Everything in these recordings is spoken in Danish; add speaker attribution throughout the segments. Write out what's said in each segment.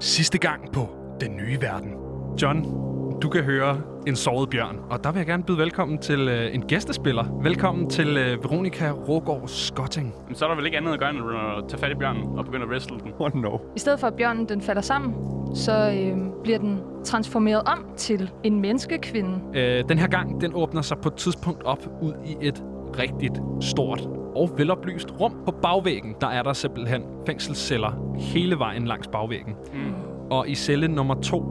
Speaker 1: Sidste gang på Den Nye Verden. John, du kan høre en såret bjørn, og der vil jeg gerne byde velkommen til øh, en gæstespiller. Velkommen til øh, Veronica Rågaard Skotting.
Speaker 2: Men så er der vel ikke andet at gøre, end at tage fat i bjørnen og begynde at wrestle den.
Speaker 3: Oh no.
Speaker 4: I stedet for at bjørnen den falder sammen, så øh, bliver den transformeret om til en menneskekvinde.
Speaker 1: Øh, den her gang, den åbner sig på et tidspunkt op ud i et rigtigt stort og veloplyst rum på bagvæggen. Der er der simpelthen fængselsceller hele vejen langs bagvæggen.
Speaker 2: Mm.
Speaker 1: Og i celle nummer to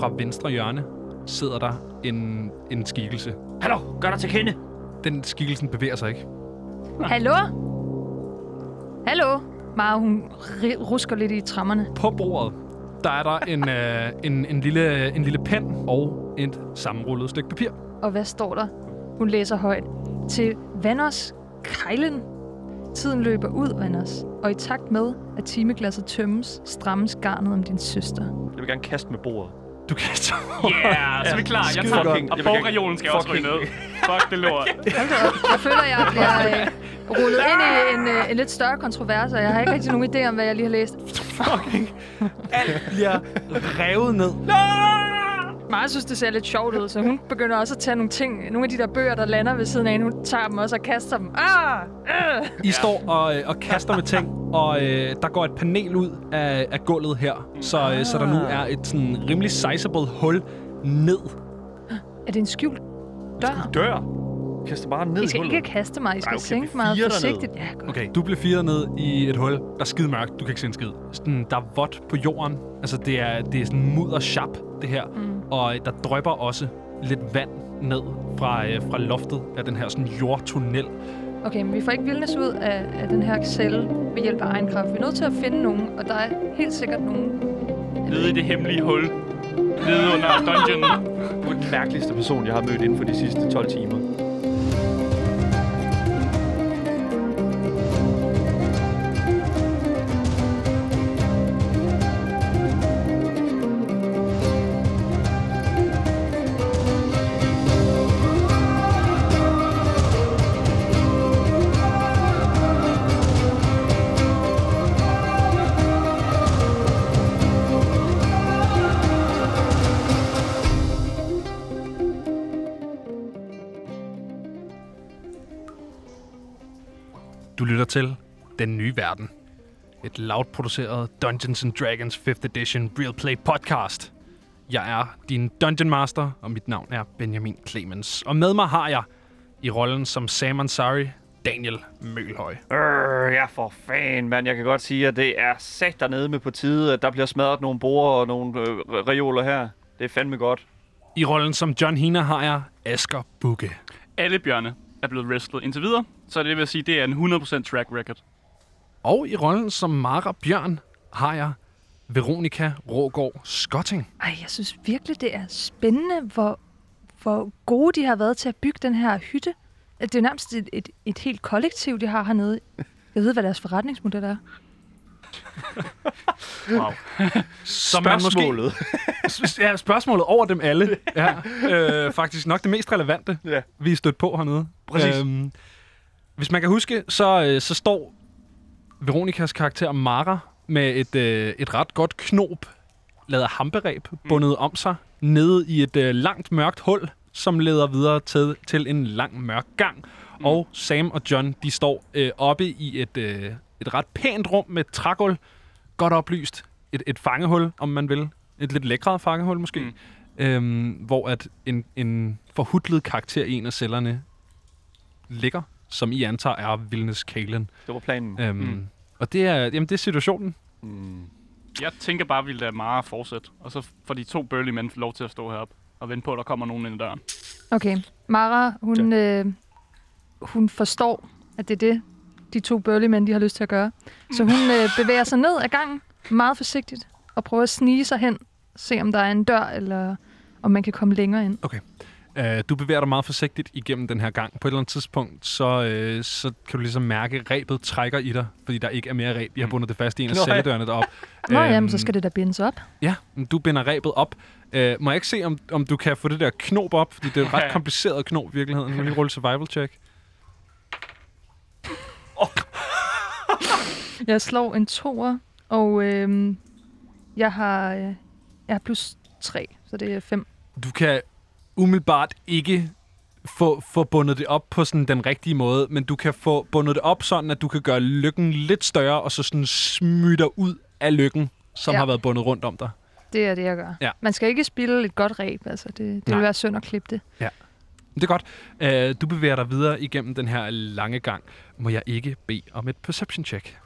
Speaker 1: fra venstre hjørne sidder der en, en skikkelse.
Speaker 2: Hallo, gør dig til kende.
Speaker 1: Den skikkelsen bevæger sig ikke.
Speaker 4: Hallo? Hallo? Mara, hun ri- rusker lidt i trammerne.
Speaker 1: På bordet, der er der en, øh, en, en, lille, en lille pen og et sammenrullet stykke papir.
Speaker 4: Og hvad står der? Hun læser højt. Til Vanders Kejlen. Tiden løber ud, Vanders. Og i takt med, at timeglasset tømmes, strammes garnet om din søster.
Speaker 3: Jeg vil gerne kaste med bordet.
Speaker 1: Du kan
Speaker 2: Yeah, så er vi klar. Jeg
Speaker 3: Skide
Speaker 2: tager
Speaker 3: godt.
Speaker 2: den, og
Speaker 3: Jeg vil gerne-
Speaker 2: bogreolen skal jeg også ryge ned. Fuck det lort.
Speaker 4: Jeg føler, jeg bliver øh, rullet ind i en, øh, en lidt større kontrovers, og jeg har ikke rigtig nogen idé om, hvad jeg lige har læst.
Speaker 1: fucking... Alt bliver revet ned.
Speaker 4: Mara synes, det ser lidt sjovt ud, så hun begynder også at tage nogle ting. Nogle af de der bøger, der lander ved siden af hende, hun tager dem også og kaster dem. Ah! Øh!
Speaker 1: I står og, øh, og kaster med ting, og øh, der går et panel ud af, af gulvet her, så, øh, så der nu er et sådan rimelig sizable hul ned.
Speaker 4: Er det en skjult dør?
Speaker 3: Dør. Kaster bare ned
Speaker 4: I
Speaker 3: i
Speaker 4: skal
Speaker 3: hullet.
Speaker 4: ikke kaste mig. I skal
Speaker 3: Ej, okay, vi
Speaker 4: sænke mig
Speaker 3: fire
Speaker 4: forsigtigt. Ja, godt.
Speaker 1: Okay, du bliver firet ned i et hul, der er skide mørkt, du kan ikke se en skid. Sådan, der er vådt på jorden, altså det er, det er sådan mudder sharp, det her. Mm. Og øh, der drøber også lidt vand ned fra, øh, fra loftet af den her sådan jordtunnel.
Speaker 4: Okay, men vi får ikke vildnes ud af, af den her celle ved hjælp af egen kraft. Vi er nødt til at finde nogen, og der er helt sikkert nogen.
Speaker 2: Nede i det hemmelige hul. Nede under dungeonen.
Speaker 3: Du er den mærkeligste person, jeg har mødt inden for de sidste 12 timer.
Speaker 1: Du lytter til Den Nye Verden. Et loud-produceret Dungeons and Dragons 5th Edition Real Play podcast. Jeg er din Dungeon Master, og mit navn er Benjamin Clemens. Og med mig har jeg, i rollen som Sam Ansari, Daniel Mølhøj.
Speaker 3: Øh, ja for fan, mand. Jeg kan godt sige, at det er sat dernede med på tide, at der bliver smadret nogle borer og nogle øh, reoler her. Det er fandme godt.
Speaker 1: I rollen som John Hina har jeg Asger Bukke.
Speaker 2: Alle bjørne er blevet wrestlet indtil videre. Så det vil jeg sige, det er en 100% track record.
Speaker 1: Og i rollen som Mara Bjørn har jeg Veronica Rågaard Skotting.
Speaker 4: Ej, jeg synes virkelig, det er spændende, hvor, hvor gode de har været til at bygge den her hytte. At Det er jo nærmest et, et, et helt kollektiv, de har hernede. Jeg ved, hvad deres forretningsmodel er.
Speaker 2: Wow.
Speaker 1: Som man måske- Ja, spørgsmålet over dem alle er øh, faktisk nok det mest relevante,
Speaker 3: Ja.
Speaker 1: vi er stødt på hernede.
Speaker 3: Præcis.
Speaker 1: Øhm, hvis man kan huske, så, øh, så står Veronikas karakter Mara med et, øh, et ret godt knob, lavet af hampereb, bundet om sig, nede i et øh, langt mørkt hul, som leder videre til, til en lang mørk gang. Mm. Og Sam og John, de står øh, oppe i et, øh, et ret pænt rum med et trægulv, godt oplyst. Et, et fangehul, om man vil. Et lidt lækrere fangehul måske. Mm. Øhm, hvor at en, en forhudlet karakter i en af cellerne ligger, som I antager er Vilnes Kalen.
Speaker 3: Det var planen.
Speaker 1: Øhm,
Speaker 2: Mm.
Speaker 1: mm. Og det er, jamen, det er situationen.
Speaker 3: Mm.
Speaker 2: Jeg tænker bare, at vi lader Mara fortsætte. Og så får de to burly mænd lov til at stå heroppe og vente på, at der kommer nogen ind ad døren.
Speaker 4: Okay, Mara, hun, øh, hun forstår, at det er det, de to burlymænd, de har lyst til at gøre. Så hun øh, bevæger sig ned ad gangen, meget forsigtigt, og prøver at snige sig hen, se om der er en dør, eller om man kan komme længere ind.
Speaker 1: Øh, du bevæger dig meget forsigtigt igennem den her gang. På et eller andet tidspunkt, så, øh, så kan du ligesom mærke, at rebet trækker i dig, fordi der ikke er mere reb. Jeg har bundet det fast i en af
Speaker 3: Nå, ja.
Speaker 1: celledørene deroppe.
Speaker 4: Mm. Nå øhm, jamen, så skal det da bindes op.
Speaker 1: Ja, men du binder rebet op. Øh, må jeg ikke se, om, om du kan få det der knob op? Fordi det er et ret kompliceret knob i virkeligheden. Nu må jeg lige rulle survival check.
Speaker 4: Jeg slår en toer, og øh, Jeg har, øh, jeg har plus 3, så det er 5.
Speaker 1: Du kan umiddelbart ikke få, få bundet det op på sådan den rigtige måde, men du kan få bundet det op sådan, at du kan gøre lykken lidt større, og så sådan smytter ud af lykken, som
Speaker 4: Ja.
Speaker 1: ja. har været bundet rundt om dig.
Speaker 4: Det er det, jeg gør.
Speaker 1: Ja.
Speaker 4: Man skal ikke spille et godt ræb, altså. Det, det vil
Speaker 1: Nej.
Speaker 4: være synd at klippe det.
Speaker 1: Det er godt. Øh, du bevæger dig videre igennem den her lange gang. Må jeg ikke bede om et perception check?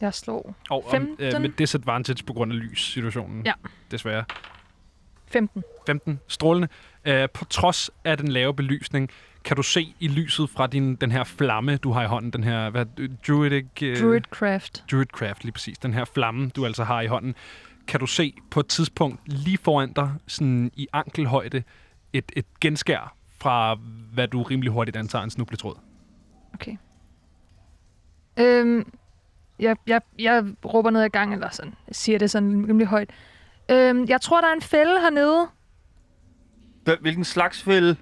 Speaker 4: Jeg slår
Speaker 1: Og om, øh,
Speaker 4: 15.
Speaker 1: med disadvantage på grund af lyssituationen.
Speaker 4: Ja.
Speaker 1: Desværre.
Speaker 4: 15.
Speaker 1: 15. Strålende. Øh, på trods af den lave belysning, kan du se i lyset fra din, den her flamme, du har i hånden, den her hvad, druidic... Øh,
Speaker 4: Druidcraft.
Speaker 1: Druidcraft, lige præcis. Den her flamme, du altså har i hånden, kan du se på et tidspunkt lige foran dig, sådan i ankelhøjde, et, et genskær fra, hvad du rimelig hurtigt antager er en snubletråd.
Speaker 4: Okay. Øhm, jeg, jeg, jeg råber ned ad gangen, eller sådan, jeg siger det sådan rimelig højt. Øhm, jeg tror, der er en fælde hernede.
Speaker 3: Hva- Hvilken slags fælde?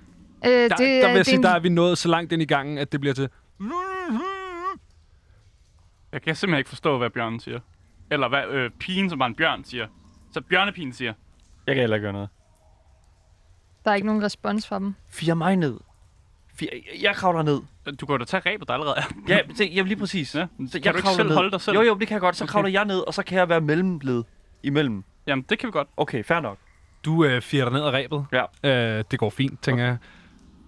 Speaker 4: Øh,
Speaker 1: Der, det,
Speaker 4: det,
Speaker 1: der vil
Speaker 4: det
Speaker 1: jeg
Speaker 4: er
Speaker 1: sige,
Speaker 4: en,
Speaker 1: der er vi nået så langt ind i gangen, at det bliver til...
Speaker 2: Jeg kan simpelthen ikke forstå, hvad bjørnen siger. Eller hvad øh, pigen, som var en bjørn, siger. Så bjørnepigen siger.
Speaker 3: Jeg kan heller ikke gøre noget.
Speaker 4: der er ikke nogen respons fra dem.
Speaker 3: Fire mig ned. Fire, jeg kravler ned.
Speaker 2: "Øh, Du kan jo da tage rebet, der allerede er.
Speaker 3: Ja, det, jamen lige præcis.
Speaker 2: Ja,
Speaker 3: Ja,
Speaker 2: men
Speaker 3: så
Speaker 2: kan
Speaker 3: jeg
Speaker 2: du ikke
Speaker 3: kravler
Speaker 2: selv
Speaker 3: ned.
Speaker 2: holde dig selv?
Speaker 3: Jo, jo, det kan jeg godt. Så
Speaker 2: Okay.
Speaker 3: kravler jeg ned, og så kan jeg være mellemled imellem.
Speaker 2: Jamen, det kan vi godt.
Speaker 3: Okay, fair nok.
Speaker 1: Du øh, fjerter ned af rebet.
Speaker 3: Ja.
Speaker 1: Øh, det går fint, tænker jeg.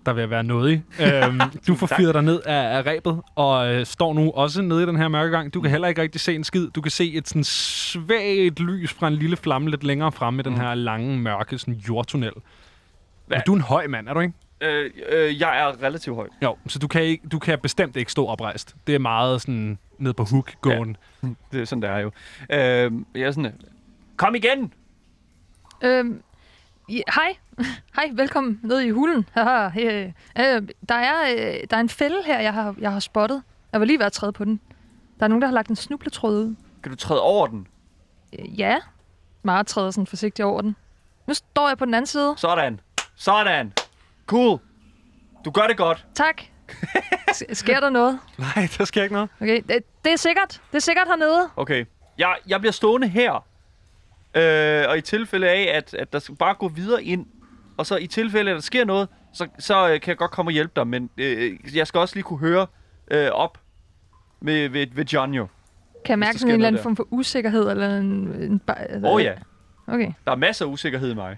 Speaker 1: Der vil jeg være nådig. øhm, du får
Speaker 3: tak.
Speaker 1: fyret dig ned af, af rebet, og øh, står nu også nede i den her mørke gang. Du kan heller ikke rigtig se en skid. Du kan se et sådan svagt lys fra en lille flamme lidt længere fremme i den her lange, mørke sådan jordtunnel.
Speaker 3: Hva-
Speaker 1: Men du er en høj mand, er du ikke?
Speaker 3: Øh, øh, jeg er relativt høj.
Speaker 1: Jo, så du kan, ikke, du kan bestemt ikke stå oprejst. Det er meget sådan ned på hook gående.
Speaker 3: Det er sådan, der er jo. Øh, jeg er sådan... øh, Kom igen!
Speaker 4: Øhm, ja, hej. hej, velkommen ned i hulen. Haha, hey, øh, der, er, øh, der er en fælde her, jeg har, jeg har spottet. Jeg var lige ved at træde på den. Der er nogen, der har lagt en snubletråd ud.
Speaker 3: Kan du træde over den?
Speaker 4: Øh, Ja. Mara træder sådan forsigtigt over den. Nu står jeg på den anden side.
Speaker 3: Sådan. Sådan. Cool. Du gør det godt.
Speaker 4: Tak. S- Sker der noget?
Speaker 1: Nej, der sker ikke noget.
Speaker 4: Okay, det, det er sikkert. Det er sikkert hernede.
Speaker 3: Okay. Jeg, jeg bliver stående her. Øh, og i tilfælde af, at, at der skal bare gå videre ind, og så i tilfælde, at der sker noget, så, så øh, kan jeg godt komme og hjælpe dig, men øh, jeg skal også lige kunne høre øh, op med, ved, ved John jo.
Speaker 4: Kan jeg
Speaker 3: der
Speaker 4: mærke
Speaker 3: sker
Speaker 4: sådan en eller anden
Speaker 3: noget
Speaker 4: form for usikkerhed? Eller en, en ba-
Speaker 3: Åh oh, ja,
Speaker 4: Okay.
Speaker 3: der er masser af usikkerhed i mig.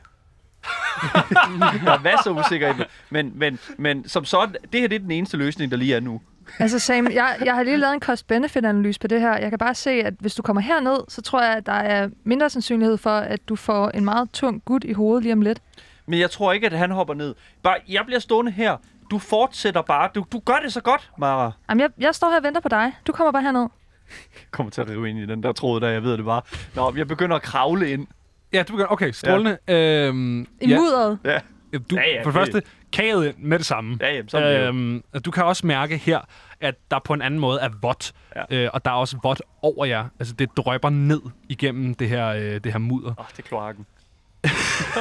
Speaker 3: der er masser af usikkerhed i mig. Men, men, men som sådan, det her det er den eneste løsning, der lige er nu.
Speaker 4: Altså Sam, jeg, jeg har lige lavet en cost-benefit-analyse på det her. Jeg kan bare se, at hvis du kommer herned, så tror jeg, at der er mindre sandsynlighed for, at du får en meget tung gut i hovedet lige om lidt.
Speaker 3: Men jeg tror ikke, at han hopper ned. Bare, jeg bliver stående her. Du fortsætter bare. Du, du gør det så godt, Mara.
Speaker 4: Jamen, jeg, jeg står her og venter på dig. Du kommer bare herned.
Speaker 3: kommer til at rive ind i den der tråd, der jeg ved det bare. Nå, jeg begynder at kravle ind.
Speaker 1: Ja, du begynder. Okay, strålende. Ja. Øhm,
Speaker 4: I ja. mudderet.
Speaker 3: Ja,
Speaker 1: Ja, Du,
Speaker 3: Ja,
Speaker 1: ja,
Speaker 3: ja,
Speaker 1: ja, for det
Speaker 3: det-
Speaker 1: første, kaget ind med det samme.
Speaker 3: Ja, ja, sådan er det jo.
Speaker 1: øhm, og Du kan også mærke her, at der på en anden måde er vådt.
Speaker 3: Ja.
Speaker 1: Ja. Øh, og der er også vådt over jer. Altså, det drøber ned igennem det her, øh, det her mudder.
Speaker 3: Åh, det er kloakken.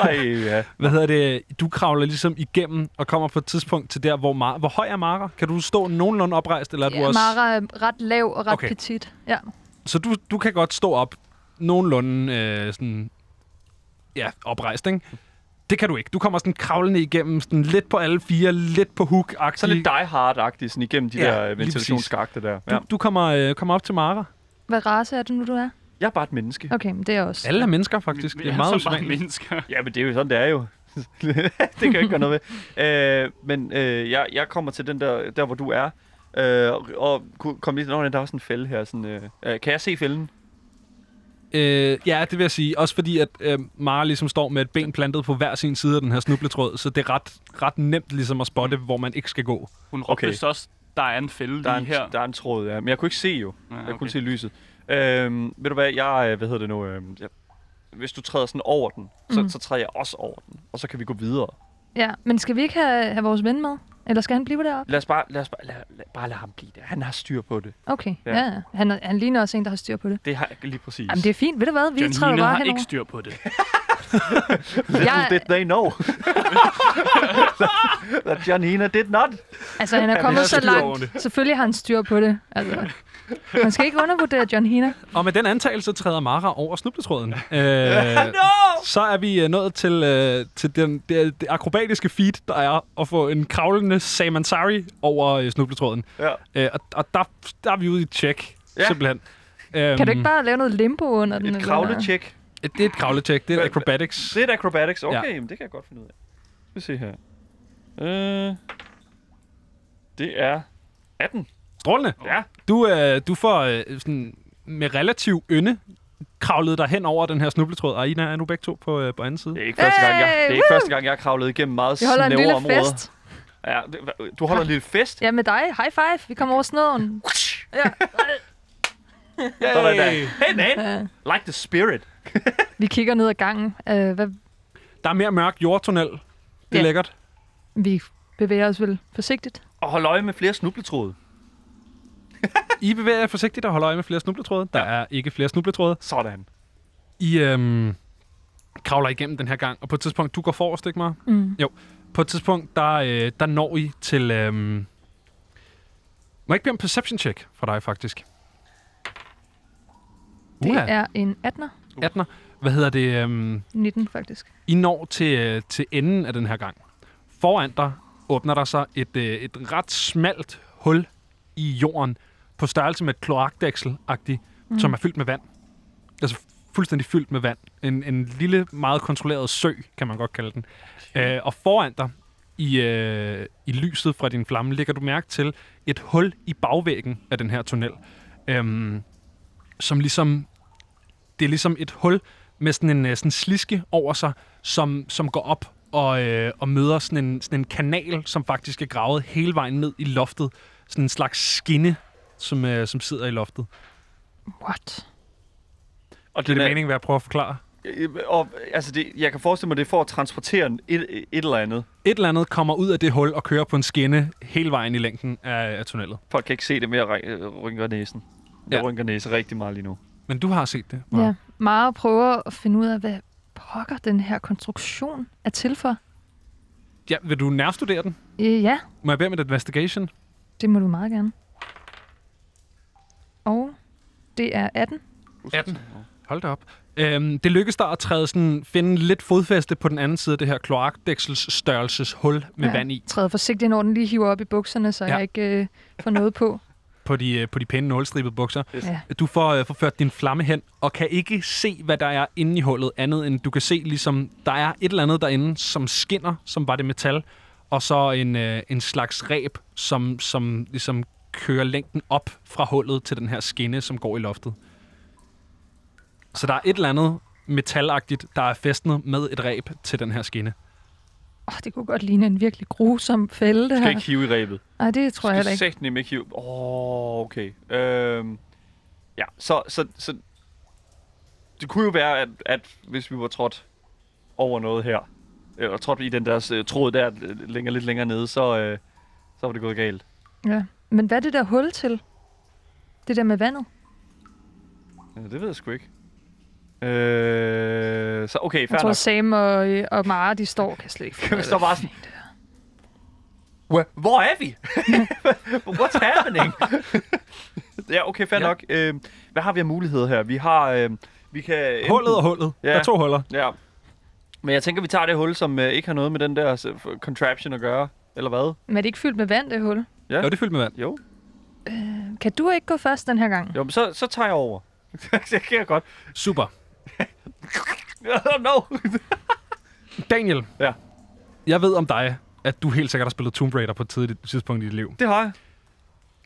Speaker 3: Ej, ja.
Speaker 1: Hvad hedder det? Du kravler ligesom igennem og kommer på et tidspunkt til der, hvor, Mar- hvor høj er Mara? Kan du stå nogenlunde oprejst? Eller er du
Speaker 4: Ja,
Speaker 1: også...
Speaker 4: Mara er ret lav og ret okay.
Speaker 1: Okay.
Speaker 4: petit. Ja.
Speaker 1: Så du, du kan godt stå op nogenlunde øh, sådan, ja, oprejst, ikke? Det kan du ikke. Du kommer sådan kravlende igennem, sådan lidt på alle fire, lidt på hook
Speaker 3: Så lidt Die Hard-agtigt, sådan igennem de
Speaker 1: Ja,
Speaker 3: der øh,
Speaker 1: lige
Speaker 3: ventilationsskakte der.
Speaker 1: Du,
Speaker 3: Ja.
Speaker 1: du kommer, øh, kommer op til Mara.
Speaker 4: Hvad race er det nu, du er?
Speaker 3: Jeg er bare et menneske.
Speaker 4: Okay, men det er jeg også.
Speaker 1: Alle er mennesker, faktisk.
Speaker 2: Vi,
Speaker 1: Det
Speaker 2: vi
Speaker 1: er meget
Speaker 2: så mange
Speaker 1: usædvanligt.
Speaker 2: mennesker.
Speaker 3: Ja, men det er jo sådan, det er jo. det kan jeg ikke gøre noget ved. Øh, men øh, jeg, jeg kommer til den der, der hvor du er. Øh, og- og kunne komme lige til, "Nå, der er også en fælde her. Sådan, øh, øh, kan jeg se fælden?
Speaker 1: Øh, ja, det vil jeg sige. Også fordi, at øh, Mara ligesom står med et ben plantet på hver sin side af den her snubletråd, så det er ret, ret nemt ligesom at spotte, hvor man ikke skal gå.
Speaker 2: Hun råbte
Speaker 3: Okay.
Speaker 2: okay. også, der er en fælde
Speaker 3: Der er,
Speaker 2: lige
Speaker 3: en,
Speaker 2: her.
Speaker 3: der er en tråd, ja. Men jeg kunne ikke se jo.
Speaker 2: Ja,
Speaker 3: Jeg kunne
Speaker 2: okay.
Speaker 3: se lyset. Øhm, ved du hvad, jeg, øh, hvad hedder det nu, øhm, jeg, hvis du træder sådan over den, så,
Speaker 4: Mm.
Speaker 3: så træder jeg også over den, og så kan vi gå videre.
Speaker 4: Ja, men skal vi ikke have, have vores ven med? Eller skal han blive deroppe?
Speaker 3: Lad os bare, lad os bare, lad, lad, bare lade ham blive der. Han har styr på det.
Speaker 4: Okay,
Speaker 3: Ja.
Speaker 4: ja. ja. Han, er- han ligner også en, der har styr på det.
Speaker 3: Det har jeg lige præcis.
Speaker 4: Jamen, det er fint. Ved du hvad? Vi
Speaker 2: Janine
Speaker 4: træder bare
Speaker 2: har
Speaker 4: henover.
Speaker 2: ikke styr på det.
Speaker 3: Little
Speaker 4: Jeg-
Speaker 3: did they know. that, that Janina did not.
Speaker 4: Altså, han er
Speaker 1: er
Speaker 4: kommet så
Speaker 1: styr over
Speaker 4: langt.
Speaker 1: det.
Speaker 4: Selvfølgelig har han styr på det. Altså, man skal ikke undervurdere John Hina.
Speaker 1: Og med den antagelse træder Mara over snubletråden. Øh, Så er vi øh, nået til, øh, til den, det, det akrobatiske feat, der er at få en kravlende Samansari over øh, snubletråden.
Speaker 3: Ja.
Speaker 1: Øh, og og der, der er vi ude i et check,
Speaker 3: Ja.
Speaker 1: ja. simpelthen. Øhm,
Speaker 4: Kan du
Speaker 3: Mm.
Speaker 4: ikke bare lave noget limbo under den? øh,
Speaker 3: Et
Speaker 4: eller
Speaker 3: kravlecheck.
Speaker 1: Det er et kravletjek, det er et acrobatics.
Speaker 3: Det er et acrobatics. Okay,
Speaker 1: Ja.
Speaker 3: ja. men det kan jeg godt finde ud af. Skal vi se her. Øh, det er 18.
Speaker 1: Strålende.
Speaker 3: Ja.
Speaker 1: Du, øh, du får øh, sådan, med relativ ynde kravlet dig hen over den her snubletråd. Og I er nu begge to på, øh, på anden side.
Speaker 3: Det er ikke første gang, jeg, det er ikke
Speaker 4: Hey,
Speaker 3: første gang, jeg har kravlet igennem meget
Speaker 4: Vi holder
Speaker 3: snævre
Speaker 4: en lille
Speaker 3: områder.
Speaker 4: fest.
Speaker 3: Ja, det, du holder en lille fest?
Speaker 4: Ja, med dig. High five. Vi kommer over snøden. Ja.
Speaker 3: Sådan der. Hey, man.
Speaker 4: Ja.
Speaker 3: Like the spirit.
Speaker 4: Vi kigger ned ad gangen. Øh, hvad,
Speaker 1: Der er mere mørk jordtunnel. Det er
Speaker 4: Ja.
Speaker 1: ja. lækkert.
Speaker 4: vi bevæger os vel forsigtigt.
Speaker 3: Og hold øje med flere snubletråde.
Speaker 1: I bevæger jer forsigtigt og holder øje med flere snubletråde. Der er ikke flere snubletråde.
Speaker 3: Sådan.
Speaker 1: I øhm, kravler igennem den her gang, og på et tidspunkt, du går forrest, ikke mig?
Speaker 4: Mm.
Speaker 1: Jo. På et tidspunkt, der, øh, der når I til... Øhm, må jeg ikke blive en perception check fra dig, faktisk?
Speaker 4: Det
Speaker 1: Uha,
Speaker 4: er en 18'er.
Speaker 1: 18'er. Hvad hedder det? Øhm,
Speaker 4: 19, faktisk.
Speaker 1: I når til, øh, til enden af den her gang. Foran dig åbner der sig et, øh, et ret smalt hul i jorden, på størrelse med et kloakdæksel mm. som er fyldt med vand. Altså fuldstændig fyldt med vand. En, en lille, meget kontrolleret sø, kan man godt kalde den. Øh, og foran dig, i, øh, i lyset fra din flamme, lægger du mærke til et hul i bagvæggen af den her tunnel. Øhm, som ligesom... Det er ligesom et hul med sådan en øh, sådan sliske over sig, som, som går op og, øh, og møder sådan en, sådan en kanal, som faktisk er gravet hele vejen ned i loftet. Sådan en slags skinne, som, øh, som sidder i loftet.
Speaker 4: What?
Speaker 3: Og
Speaker 1: Giver
Speaker 3: den
Speaker 1: det
Speaker 3: er-
Speaker 1: mening, hvad jeg prøver at forklare?
Speaker 3: Øh, Og, altså det, jeg kan forestille mig, det er for at transportere en- et, et eller andet.
Speaker 1: Et eller andet kommer ud af det hul og kører på en skinne hele vejen i længden af, af tunnellet.
Speaker 3: Folk kan ikke se det, men jeg ry- øh, rynker næsen. Jeg
Speaker 1: Ja.
Speaker 3: ja. rynker næsen rigtig meget lige nu.
Speaker 1: Men du har set det. Mara.
Speaker 4: Ja. Mara prøver at finde ud af, hvad pokker den her konstruktion er til for.
Speaker 1: ja. Vil du nærstudere den?
Speaker 4: Øh, ja,
Speaker 1: Må jeg bede om et investigation?
Speaker 4: det må du meget gerne. Og det er 18.
Speaker 1: 18. Hold da op. Øhm, det lykkedes dig at træde sådan, finde lidt fodfæste på den anden side af det her kloakdæksels størrelseshul med ja. vand i.
Speaker 4: Træder forsigtigt ind over den, lige hiver op i bukserne, så
Speaker 1: Ja.
Speaker 4: ja. jeg ikke øh, får noget på.
Speaker 1: på de, øh, på de pæne nålstribede bukser.
Speaker 3: Yes.
Speaker 4: Ja.
Speaker 1: Du får øh, forført din flamme hen, og kan ikke se, hvad der er inde i hullet, andet end du kan se, ligesom der er et eller andet derinde, som skinner, som var det metal, og så en, øh, en slags ræb, som, som ligesom kører længden op fra hullet til den her skinne, som går i loftet. Så der er et eller andet metalagtigt, der er fæstnet med et ræb til den her skinne.
Speaker 4: Oh, det kunne godt ligne en virkelig grusom fælde, det
Speaker 3: Skal
Speaker 4: her.
Speaker 3: ikke hive i rebet.
Speaker 4: Nej, det tror jeg heller
Speaker 3: Skal
Speaker 4: ikke.
Speaker 3: sagt nemme ikke hive. Åh, oh, okay. Øhm, ja, så, så, så... Det kunne jo være, at, at hvis vi var trådt over noget her, eller trådt i den der øh, tråd der øh, længere, lidt længere nede, så, øh, så var det gået galt.
Speaker 4: Ja. Men hvad er det der hul til? Det der med vandet?
Speaker 3: Ja, det ved jeg sgu ikke. Øh, så okay, fair
Speaker 4: Jeg tror,
Speaker 3: nok.
Speaker 4: Sam og, øh, og Mara, de står kan slet ikke finde ud af,
Speaker 3: Så
Speaker 4: hvad
Speaker 3: bare
Speaker 4: fanden det er.
Speaker 3: Wh- Hvor er vi? What's happening? ja, okay, fair
Speaker 1: Ja.
Speaker 3: ja. nok. Øh, hvad har vi af muligheder her? Vi har... Øh, vi kan enten-
Speaker 1: Hullet og hullet. Ja.
Speaker 3: Ja.
Speaker 1: Der er to huller.
Speaker 3: Ja. Men jeg tænker, vi tager det hul, som øh, ikke har noget med den der s- f- contraption at gøre. Eller hvad?
Speaker 4: Men er det ikke fyldt med vand, det hul?
Speaker 1: Ja. Jo, det er fyldt med vand.
Speaker 3: Jo.
Speaker 4: Kan du ikke gå først den her gang?
Speaker 3: Jo, men så, så tager jeg over. det kan jeg godt.
Speaker 1: Super.
Speaker 3: Oh, no.
Speaker 1: Daniel.
Speaker 3: Ja.
Speaker 1: Jeg ved om dig, at du helt sikkert har spillet Tomb Raider på et tidligt tidspunkt i dit liv.
Speaker 3: Det har jeg.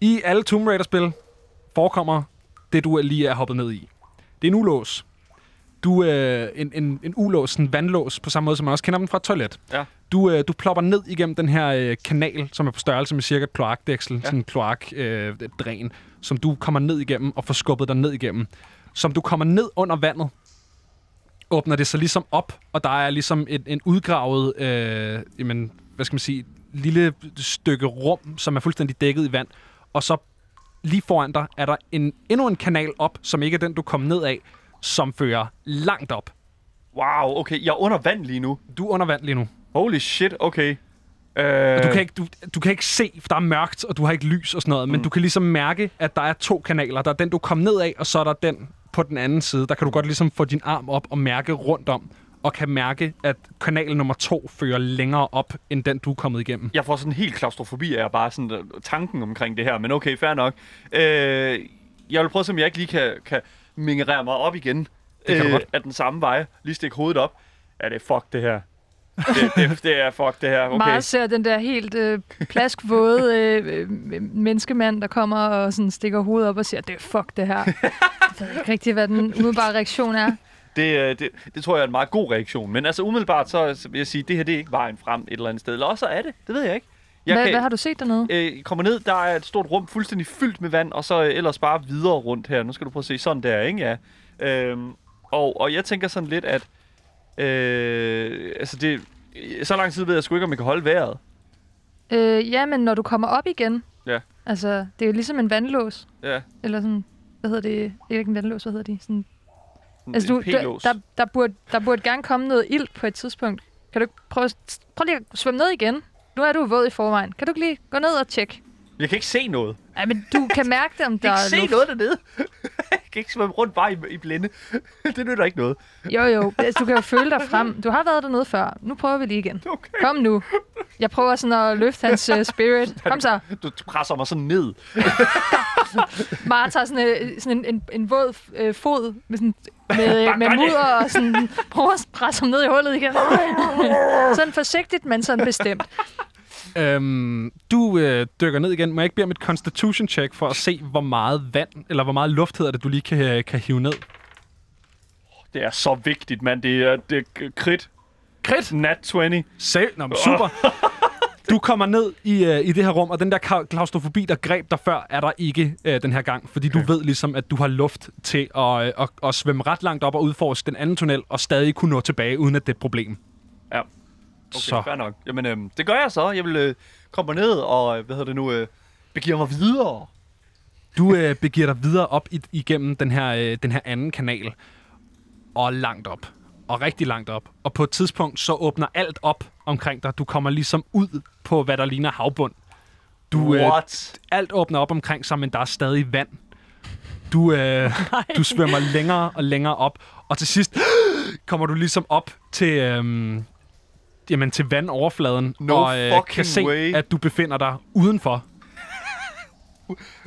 Speaker 1: I alle Tomb Raider-spil forekommer det, du lige er hoppet ned i. Det er en ulås. Du øh, en, en, en ulås, en vandlås, på samme måde, som man også kender dem fra et toilet.
Speaker 3: Ja.
Speaker 1: Du, øh, du plopper ned igennem den her øh, kanal, som er på størrelse med cirka et kloakdæksel, ja. sådan en kloakdræn, øh, dræn, som du kommer ned igennem og får skubbet dig ned igennem. Som du kommer ned under vandet, åbner det sig ligesom op, og der er ligesom en, en udgravet, øh, jamen, hvad skal man sige, lille stykke rum, som er fuldstændig dækket i vand. Og så lige foran dig er der en, endnu en kanal op, som ikke er den, du kom ned af, som fører langt op.
Speaker 3: Wow, okay. Jeg er under vand lige nu.
Speaker 1: Du er under vand lige nu.
Speaker 3: Holy shit, okay. Øh,
Speaker 1: Og du, kan ikke, du, du kan ikke se, for der er mørkt, og du har ikke lys og sådan noget, mm. men du kan ligesom mærke, at der er to kanaler. Der er den, du kom ned af, og så er der den på den anden side. Der kan du godt ligesom få din arm op og mærke rundt om, og kan mærke, at kanal nummer to fører længere op, end den, du er kommet igennem.
Speaker 3: Jeg får sådan helt klaustrofobi af bare sådan øh, tanken omkring det her, men okay, fair nok. Øh, jeg vil prøve, som jeg ikke lige kan, kan mingerere mig op igen. øh,
Speaker 1: Det kan du godt.
Speaker 3: af den samme vej. Lige stikke hovedet op. Ja, det er fuck det her. Det, det, det er fuck det her. Okay.
Speaker 4: Okay. Mars ser den der helt øh, plaskvåde øh, øh, menneskemand, der kommer og sådan stikker hovedet op og siger, det er fuck det her. Jeg ved ikke rigtig, hvad den umiddelbare reaktion er.
Speaker 3: Det, øh, det, det tror jeg er en meget god reaktion. Men altså umiddelbart, så så vil jeg sige, det her det er ikke vejen frem et eller andet sted. Eller også er det. Det ved jeg ikke. Jeg
Speaker 4: Hvad, hvad har du set dernede?
Speaker 3: øh, kommer ned, der er et stort rum fuldstændig fyldt med vand, og så øh, ellers bare videre rundt her. Nu skal du prøve at se sådan der, ikke? Ja. Øhm, og, og jeg tænker sådan lidt, at... Øh, altså det... Så lang tid ved jeg sgu ikke, om jeg kan holde vejret.
Speaker 4: Øh, ja, men når du kommer op igen,
Speaker 3: Ja.
Speaker 4: altså, det er jo ligesom en vandlås,
Speaker 3: Ja.
Speaker 4: eller sådan, hvad hedder det, ikke en vandlås, hvad hedder de? Sådan, altså, du, der, der, der, burde, der burde gerne komme noget ild på et tidspunkt. Kan du ikke prøve, prøv lige at svømme ned igen? Nu er du våd i forvejen. Kan du ikke lige gå ned og tjekke?
Speaker 3: Jeg kan ikke se noget.
Speaker 4: Ej, men du kan mærke det, om der
Speaker 3: Jeg kan
Speaker 4: er
Speaker 3: ikke se noget
Speaker 4: luft.
Speaker 3: dernede. jeg kan ikke svømme rundt bare i, i blinde. det nytter ikke noget.
Speaker 4: Jo, jo. Altså, du kan jo føle dig frem. Du har været dernede før. Nu prøver vi lige igen.
Speaker 3: Okay.
Speaker 4: Kom nu. Jeg prøver sådan at løfte hans uh, spirit. Kom så.
Speaker 3: Du presser mig sådan ned.
Speaker 4: Mara tager sådan, øh, sådan en, en, en våd øh, fod med, sådan, med, med
Speaker 3: gør det.
Speaker 4: mudder og sådan, prøver at presse ham ned i hullet igen. sådan forsigtigt, men sådan bestemt.
Speaker 1: Øhm, du øh, dykker ned igen. Må jeg ikke bede om et constitution check for at se, hvor meget vand, eller hvor meget luft hedder det, du lige kan, øh, kan hive ned?
Speaker 3: Det er så vigtigt, mand. Det er, det er krit.
Speaker 1: Krit!
Speaker 3: Nat 20.
Speaker 1: Save. Nå, men super. Du kommer ned i, øh, i det her rum, og den der ka- klaustrofobi, der greb dig før, er der ikke øh, den her gang. Fordi du ved ligesom, at du har luft til at, øh, at, at svømme ret langt op og udforske den anden tunnel, og stadig kunne nå tilbage, uden at det er et problem.
Speaker 3: Ja. Okay,
Speaker 1: Så.
Speaker 3: så. fair nok. Jamen, øhm, det gør jeg så. Jeg vil øh, komme ned og, øh, hvad hedder det nu, øh, begive mig videre.
Speaker 1: Du øh, begiver dig videre op i, igennem den her, øh, den her anden kanal, og langt op, og rigtig langt op. Og på et tidspunkt, så åbner alt op omkring dig. Du kommer ligesom ud på, hvad der ligner havbund. Du, øh,
Speaker 3: What?
Speaker 1: alt åbner op omkring sig, men der er stadig vand. Du, øh, du svømmer længere og længere op, og til sidst kommer du ligesom op til, øh, jamen, til vandoverfladen,
Speaker 3: No
Speaker 1: og øh, kan
Speaker 3: fucking
Speaker 1: se,
Speaker 3: way.
Speaker 1: at du befinder dig udenfor.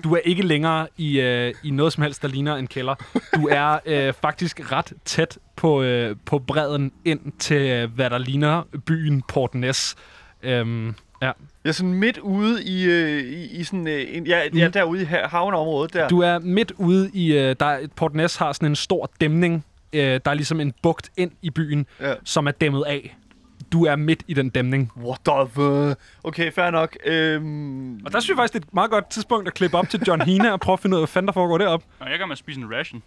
Speaker 1: Du er ikke længere i, øh, i noget som helst, der ligner en kælder. Du er øh, faktisk ret tæt på, øh, på bredden ind til, øh, hvad der ligner byen Port Ness. Øhm, ja.
Speaker 3: Jeg er sådan midt ude i, øh, i, i sådan, øh, en, ja, ja, derude i ha- havneområdet der.
Speaker 1: Du er midt ude i... Øh, der, er- Port Ness har sådan en stor dæmning. Øh, der er ligesom en bugt ind i byen,
Speaker 3: Ja.
Speaker 1: som er dæmmet af. Du er midt i den dæmning.
Speaker 3: What the fuck? Okay, fair nok. Øhm,
Speaker 1: Og der synes jeg faktisk, det er et meget godt tidspunkt at klippe op til John Hina og prøve at finde ud af, hvad fanden der foregår deroppe.
Speaker 2: Nå, jeg kan med at spise en ration.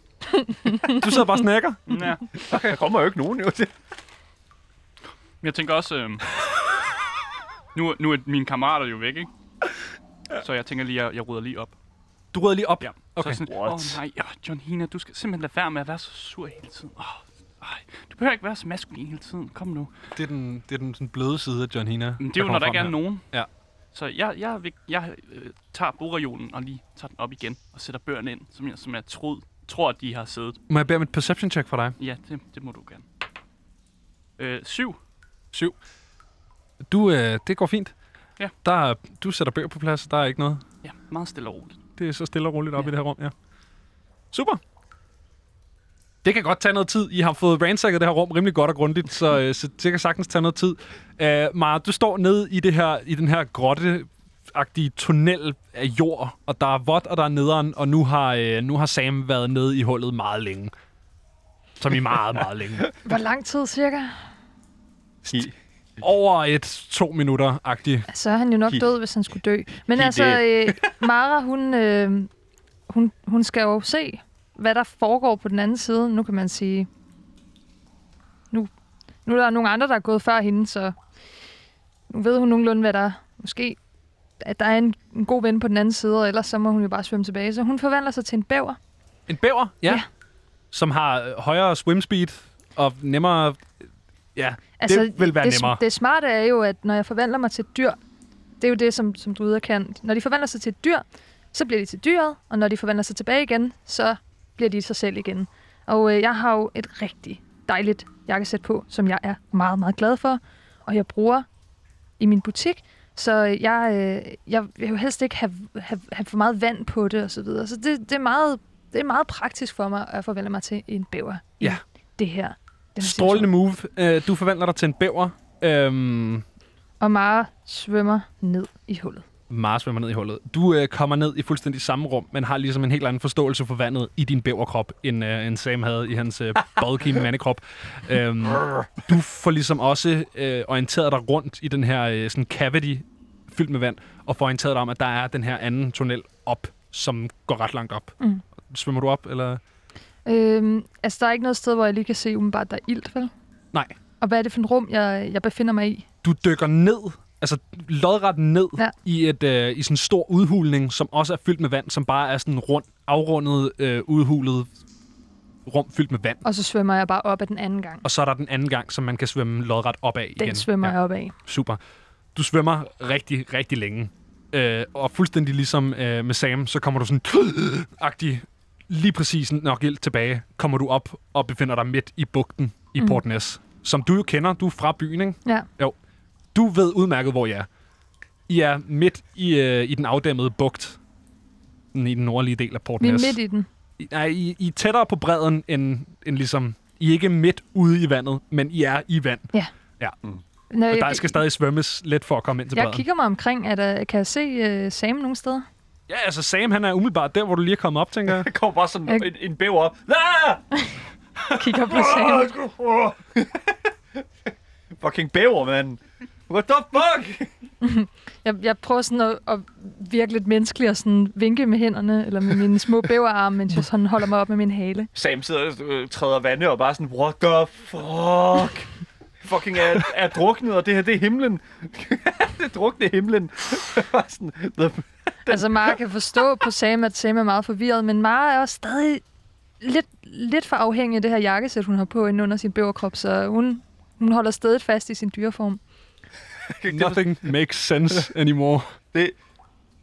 Speaker 1: Du sidder bare og snakker.
Speaker 2: Mm, Ja.
Speaker 3: der kommer jo ikke nogen, jo. Det-
Speaker 2: Men jeg tænker også... Øhm, nu, nu er mine kammerater jo væk, ikke? Så jeg tænker lige, at jeg, jeg rydder lige op.
Speaker 1: Du rydder lige op.
Speaker 2: Ja. Så
Speaker 1: Okay.
Speaker 2: er jeg sådan,
Speaker 3: What?
Speaker 2: Åh oh, nej, oh, John Hina, du skal simpelthen lade være med at være så sur hele tiden. Oh, ej, du behøver ikke være så maskulin hele tiden. Kom nu.
Speaker 1: Det er den, det er den sådan bløde side af John Hina.
Speaker 2: Men det er jo, når der ikke er nogen.
Speaker 1: Ja.
Speaker 2: Så jeg, jeg, jeg, jeg øh, tager bogreolen og lige tager den op igen og sætter bøgerne ind, som jeg, som jeg troede, tror, at de har siddet.
Speaker 1: Må jeg bede om et perception check for dig?
Speaker 2: Ja, det, det må du gerne. Øh, syv.
Speaker 1: Syv. Du, øh, det går fint.
Speaker 2: Ja.
Speaker 1: Der, er- du sætter bøger på plads, der er ikke noget.
Speaker 2: Ja, meget stille og roligt.
Speaker 1: Det er så stille og roligt op ja.
Speaker 2: Ja.
Speaker 1: i det her rum, ja. Super. Det kan godt tage noget tid. I har fået ransacket det her rum rimelig godt og grundigt, så, øh, så det kan sagtens tage noget tid. Uh, Mara, du står nede i, det her, i den her grotte agtige tunnel af jord, og der er vådt, og der er nederen, og nu har, øh, nu har Sam været nede i hullet meget længe. Som i meget, meget længe.
Speaker 4: Hvor lang tid cirka?
Speaker 1: Over et to minutter-agtigt.
Speaker 4: Så er han jo nok
Speaker 3: He-
Speaker 4: død, hvis han skulle dø. Men
Speaker 3: he
Speaker 4: altså,
Speaker 3: dead.
Speaker 4: øh, Mara, hun, øh, hun, hun skal jo se, hvad der foregår på den anden side. Nu kan man sige, nu, nu er der nogle andre, der er gået før hende, så nu ved hun nogenlunde, hvad der måske at der er en, en god ven på den anden side, og ellers så må hun jo bare svømme tilbage. Så hun forvandler sig til en bæver.
Speaker 1: En bæver, ja,
Speaker 4: Ja.
Speaker 1: som har øh, højere swim speed og nemmere... Ja, altså, det vil være
Speaker 4: det,
Speaker 1: nemmere.
Speaker 4: Det smarte er jo, at når jeg forvandler mig til et dyr, det er jo det, som, som druider kan. Når de forvandler sig til et dyr, så bliver de til dyret, og når de forvandler sig tilbage igen, så bliver de sig selv igen. Og øh, jeg har jo et rigtig dejligt jakkesæt på, som jeg er meget, meget glad for, og jeg bruger i min butik, så jeg, øh, jeg vil jo helst ikke have, have, have for meget vand på det og så videre. Så det, det, er meget, det er meget praktisk for mig at forvandle mig til en bæver i
Speaker 1: Ja.
Speaker 4: det her. den her
Speaker 1: Strålende
Speaker 4: situation.
Speaker 1: move. Øh, du forvandler dig til en bæver. Øhm,
Speaker 4: Og Mara svømmer ned i hullet.
Speaker 1: Mars svømmer ned i hullet. Du øh, kommer ned i fuldstændig samme rum, men har ligesom en helt anden forståelse for vandet i din bæverkrop, end, øh, end Sam havde i hans øh, bulky mandekrop. Øhm, du får ligesom også øh, orienteret dig rundt i den her øh, sådan cavity fyldt med vand, og får orienteret dig om, at der er den her anden tunnel op, som går ret langt op.
Speaker 4: Mm.
Speaker 1: Svømmer du op, eller?
Speaker 4: Øhm, altså, der er ikke noget sted, hvor jeg lige kan se umiddelbart, der er ilt, vel?
Speaker 1: Nej.
Speaker 4: Og hvad er det for et rum, jeg, jeg befinder mig i?
Speaker 1: du dykker ned, altså lodret ned ja.
Speaker 4: Ja.
Speaker 1: i, et, øh, i sådan en stor udhulning, som også er fyldt med vand, som bare er sådan rundt, afrundet, øh, udhulet rum fyldt med vand.
Speaker 4: Og så svømmer jeg bare op ad den anden gang.
Speaker 1: Og så er der den anden gang, som man kan svømme lodret opad igen.
Speaker 4: Den svømmer jeg op af.
Speaker 1: Super. Du svømmer rigtig, rigtig længe. Øh, og fuldstændig ligesom øh, med Sam, så kommer du sådan... agtig lige præcis nok helt tilbage, kommer du op og befinder dig midt i bugten i mm.
Speaker 4: Mm.
Speaker 1: Port Ness. Som du jo kender, du er fra byen, ikke?
Speaker 4: Ja.
Speaker 1: Jo. Du ved udmærket, hvor jeg er. I er midt i, øh, i den afdæmmede bugt. Den- I den nordlige del af Port
Speaker 4: Vi er
Speaker 1: Ness.
Speaker 4: midt i den.
Speaker 1: I, nej, I, I er tættere på bredden, end, end ligesom... I er ikke midt ude i vandet, men I er i vand.
Speaker 4: Nå,
Speaker 1: Og
Speaker 4: jeg,
Speaker 1: der skal stadig svømmes lidt for at komme ind til
Speaker 4: Øh, jeg
Speaker 1: bredden.
Speaker 4: kigger mig omkring, at, uh, kan jeg se uh, Sam nogle steder?
Speaker 1: Ja, altså Sam, han er umiddelbart der, hvor du lige er kommet op, tænker jeg.
Speaker 3: Der kommer bare sådan
Speaker 4: Jeg-
Speaker 3: en, en bæver op. Ah!
Speaker 4: Jeg kigger på Sam.
Speaker 3: Fucking bæver, mand. What the fuck?
Speaker 4: Jeg, jeg prøver sådan at, at virke lidt menneskelig og sådan vinke med hænderne, eller med mine små bæverarme, mens jeg sådan holder mig op med min hale.
Speaker 3: Sam sidder og øh, træder vande og bare sådan, what the fuck? fucking er, er druknet, og det her, det er himlen. det er drukne himlen. Bare sådan, the,
Speaker 4: Altså, Mara kan forstå på Sam, at Sam er meget forvirret, men Mara er også stadig lidt, lidt for afhængig af det her jakkesæt, hun har på inde under sin bæverkrop, så hun, hun holder stadig fast i sin dyreform.
Speaker 1: Nothing makes sense anymore.
Speaker 3: det,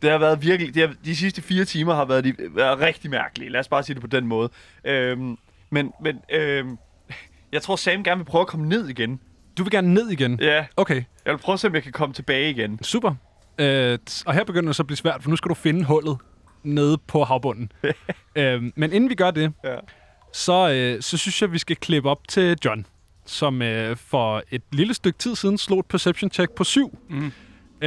Speaker 3: det har været virkelig... Det har, de sidste fire timer har været, de, været rigtig mærkelige. Lad os bare sige det på den måde. Øhm, men men øhm, jeg tror, Sam gerne vil prøve at komme ned igen.
Speaker 1: Du vil gerne ned igen?
Speaker 3: Ja,
Speaker 1: Okay,
Speaker 3: jeg vil prøve at se, om jeg kan komme tilbage igen.
Speaker 1: super. Øh, t- og her begynder det så at blive svært, for nu skal du finde hullet nede på havbunden. øh, men inden vi gør det,
Speaker 3: Ja.
Speaker 1: så, øh, så synes jeg, vi skal klippe op til John, som øh, for et lille stykke tid siden slog et perception check på 7.
Speaker 2: Mhm.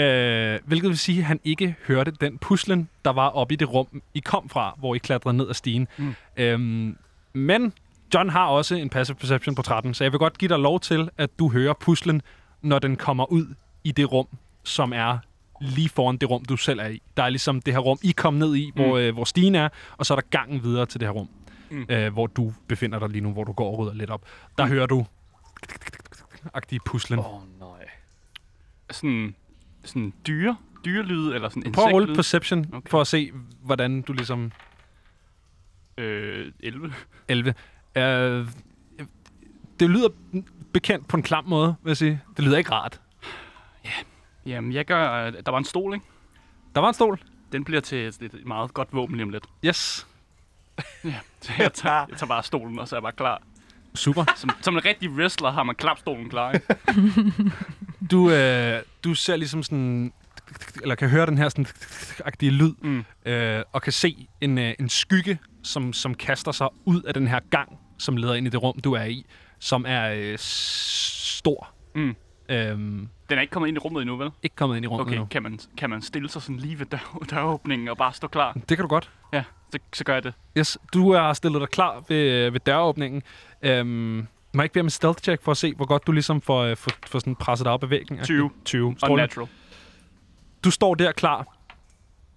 Speaker 1: Øh, hvilket vil sige, at han ikke hørte den puslen, der var oppe i det rum, I kom fra, hvor I klatrede ned ad stigen.
Speaker 2: Mm.
Speaker 1: Øhm, men John har også en passive perception på 13, så jeg vil godt give dig lov til, at du hører puslen, når den kommer ud i det rum, som er lige foran det rum, du selv er i. Der er ligesom det her rum, I kom ned i, hvor, øh, hvor stigen er, og så er der gangen videre til det her rum øh, hvor du befinder dig lige nu, hvor du går og rydder lidt op. Der hører du agtige puslen.
Speaker 3: Åh, oh, nej.
Speaker 2: Sådan, sådan dyre, dyrelyde eller sådan
Speaker 1: Prøv at rulle
Speaker 2: insektlyde.
Speaker 1: perception okay.
Speaker 2: Okay.
Speaker 1: for at se, hvordan du ligesom...
Speaker 2: Øh, 11.
Speaker 1: 11. Øh, det lyder bekendt på en klam måde, vil jeg sige. Det lyder ikke rart.
Speaker 2: Jamen, jeg gør... øh, Der var en stol, ikke?
Speaker 1: Der var en stol.
Speaker 2: Den bliver til et, et meget godt våben lige om lidt.
Speaker 1: Yes.
Speaker 2: Så jeg tager, jeg tager bare stolen, og så er jeg bare klar.
Speaker 1: Super.
Speaker 2: Som, som en rigtig wrestler har man klapstolen klar, ikke?
Speaker 1: Du, øh, du ser ligesom sådan... Eller kan høre den her sådan agtige lyd.
Speaker 2: Mm.
Speaker 1: øh, og kan se en, øh, en skygge, som, som kaster sig ud af den her gang, som leder ind i det rum, du er i, som er øh, s- stor.
Speaker 2: Mm.
Speaker 1: Øhm,
Speaker 2: Den er ikke kommet ind i rummet endnu, vel?
Speaker 1: ikke kommet ind i rummet
Speaker 2: Okay,
Speaker 1: okay. endnu.
Speaker 2: kan man, kan man stille sig sådan lige ved dør, døråbningen og bare stå klar?
Speaker 1: Det kan du godt.
Speaker 2: Ja, så, så gør jeg det.
Speaker 1: Yes, du har stillet dig klar ved, ved døråbningen. Øhm, må jeg ikke bede om en stealth check for at se, hvor godt du ligesom får, øh, får, får sådan presset dig op ad væggen?
Speaker 2: 20.
Speaker 1: 20. Strålende.
Speaker 2: Unnatural.
Speaker 1: du står der klar,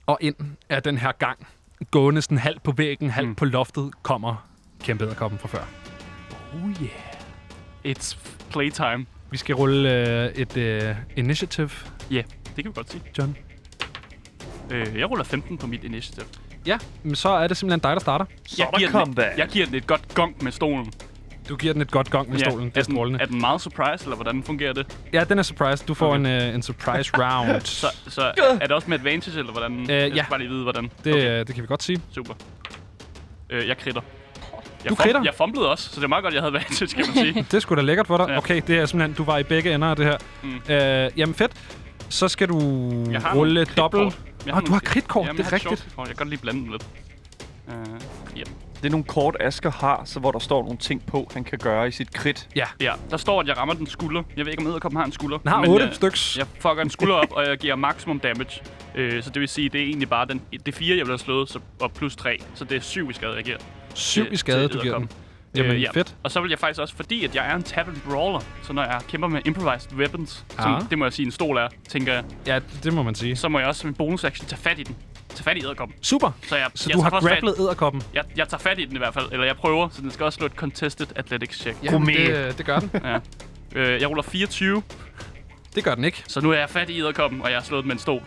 Speaker 1: og ind af den her gang, gående sådan halvt på væggen, halvt mm.
Speaker 2: Mm.
Speaker 1: på loftet, kommer kæmpe edderkoppen fra før.
Speaker 2: Oh
Speaker 1: Uh,
Speaker 2: yeah. It's f- playtime.
Speaker 1: Vi skal rulle øh, et øh, initiative,
Speaker 2: Ja, yeah, det kan vi godt sige.
Speaker 1: John.
Speaker 2: Øh, jeg ruller 15 på mit initiativ.
Speaker 1: Ja, men så er det simpelthen dig, der starter.
Speaker 3: Så er der
Speaker 2: giver den,
Speaker 3: comeback.
Speaker 2: jeg giver den et godt gong med stolen.
Speaker 1: Du giver den et godt gang med
Speaker 2: Ja,
Speaker 1: stolen. Det
Speaker 2: er,
Speaker 1: er
Speaker 2: den,
Speaker 1: strålende.
Speaker 2: er den meget surprise, eller hvordan fungerer det?
Speaker 1: Ja, den er surprise. Du får
Speaker 2: Okay.
Speaker 1: en, øh, en surprise round.
Speaker 2: Så, så er det også med advantage, eller hvordan? Øh, Jeg skal
Speaker 1: ja.
Speaker 2: bare lige vide, hvordan.
Speaker 1: Det,
Speaker 2: okay,
Speaker 1: okay. det kan vi godt sige.
Speaker 2: super. Øh, jeg kritter. Jeg
Speaker 1: Du
Speaker 2: fum-
Speaker 1: kritter?
Speaker 2: Jeg fumblede også, så det er meget godt, jeg havde advantage, kan man sige.
Speaker 1: Det er sgu da lækkert for dig.
Speaker 2: Ja.
Speaker 1: Ja. Okay, det er simpelthen, du var i begge ender af det her.
Speaker 2: Mm.
Speaker 1: Mm. Øh, jamen fedt. Så skal du
Speaker 2: Jeg har
Speaker 1: rulle
Speaker 2: nogle
Speaker 1: dobbelt.
Speaker 2: kridtkort. Jeg
Speaker 1: Ah, du
Speaker 2: nogle-
Speaker 1: har kridtkort,
Speaker 2: Jamen,
Speaker 1: det er
Speaker 2: jeg har et
Speaker 1: rigtigt.
Speaker 2: sjovt kridtkort. Jeg kan godt lige blande dem lidt. Uh, ja.
Speaker 3: Det er nogle kort, Asker har, så hvor der står nogle ting på, han kan gøre i sit kridt.
Speaker 2: ja, der står, at jeg rammer den skulder. Jeg ved ikke, om Edderkoppen har en skulder.
Speaker 1: Den har
Speaker 2: men
Speaker 1: 8
Speaker 2: jeg,
Speaker 1: styks.
Speaker 2: Jeg fucker en skulder op, og jeg giver maksimum damage. Øh, så det vil sige, det er egentlig bare den, det er 4, jeg vil have slået, så, og plus 3. Så det er 7 i skade, jeg giver.
Speaker 1: 7
Speaker 2: til-
Speaker 1: i skade,
Speaker 2: til
Speaker 1: du giver den.
Speaker 2: edderkoppen.
Speaker 1: Jamen fedt.
Speaker 2: Øh, Og så vil jeg faktisk også, fordi at jeg er en tavern brawler, så når jeg kæmper med improvised weapons,
Speaker 1: Ah.
Speaker 2: som det må jeg sige, en stol er, tænker jeg,
Speaker 1: Ja, det må man sige.
Speaker 2: så må jeg også som en bonus action tage fat i den. Tage fat i æderkoppen.
Speaker 1: Super.
Speaker 2: Så, jeg,
Speaker 1: Så
Speaker 2: jeg
Speaker 1: du har
Speaker 2: tager først fat-
Speaker 1: grapplet æderkoppen.
Speaker 2: Jeg, jeg tager fat i den i hvert fald, eller jeg prøver, så den skal også slå et contested athletics check.
Speaker 1: Jamen, det, det gør den.
Speaker 2: Ja. Øh, jeg ruller 24,
Speaker 1: Det gør den ikke.
Speaker 2: så nu er jeg fat i æderkoppen, og jeg har slået den med en stol.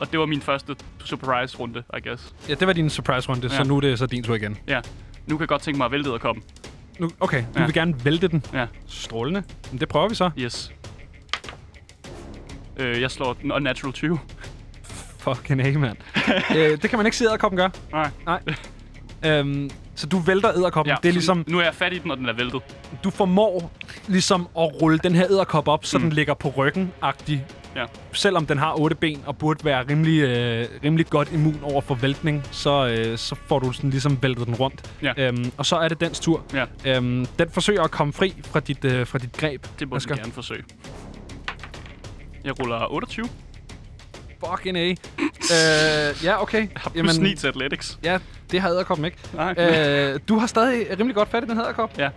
Speaker 2: Og det var min første surprise-runde, I guess.
Speaker 1: Ja, det var din surprise-runde,
Speaker 2: Ja.
Speaker 1: så nu er det så din tur igen.
Speaker 2: Ja. Nu kan jeg godt tænke mig at vælte æderkoppen.
Speaker 1: Nu, okay, du
Speaker 2: Ja.
Speaker 1: vil gerne vælte den.
Speaker 2: Ja,
Speaker 1: Strålende. Men det prøver vi så.
Speaker 2: yes. Øh, jeg slår den unnatural 20.
Speaker 1: Fucking hey, mand. øh, det kan man ikke sige, at æderkoppen gør.
Speaker 2: Nej.
Speaker 1: Nej. øhm, så du vælter æderkoppen. Ja, det er ligesom,
Speaker 2: Nu er jeg fat i den, og den er væltet.
Speaker 1: du formår ligesom at rulle den her æderkop op, så mm. den ligger på ryggen-agtig.
Speaker 2: Ja.
Speaker 1: Selvom den har otte ben og burde være rimelig, øh, rimelig godt immun over for væltning, så, øh, så får du sådan ligesom væltet den rundt.
Speaker 2: Ja.
Speaker 1: Øhm, og så er det dens tur.
Speaker 2: Ja,
Speaker 1: Øhm, den forsøger at komme fri fra dit, øh, fra dit greb.
Speaker 2: det må
Speaker 1: Asger.
Speaker 2: jeg gerne forsøge. Jeg ruller 28.
Speaker 1: Fucking A. øh, ja, okay.
Speaker 2: Jeg har plus 9 til athletics.
Speaker 1: Ja, det har æderkoppen ikke.
Speaker 2: Nej.
Speaker 1: øh, du har stadig rimelig godt fat i den her æderkop.
Speaker 2: Ja.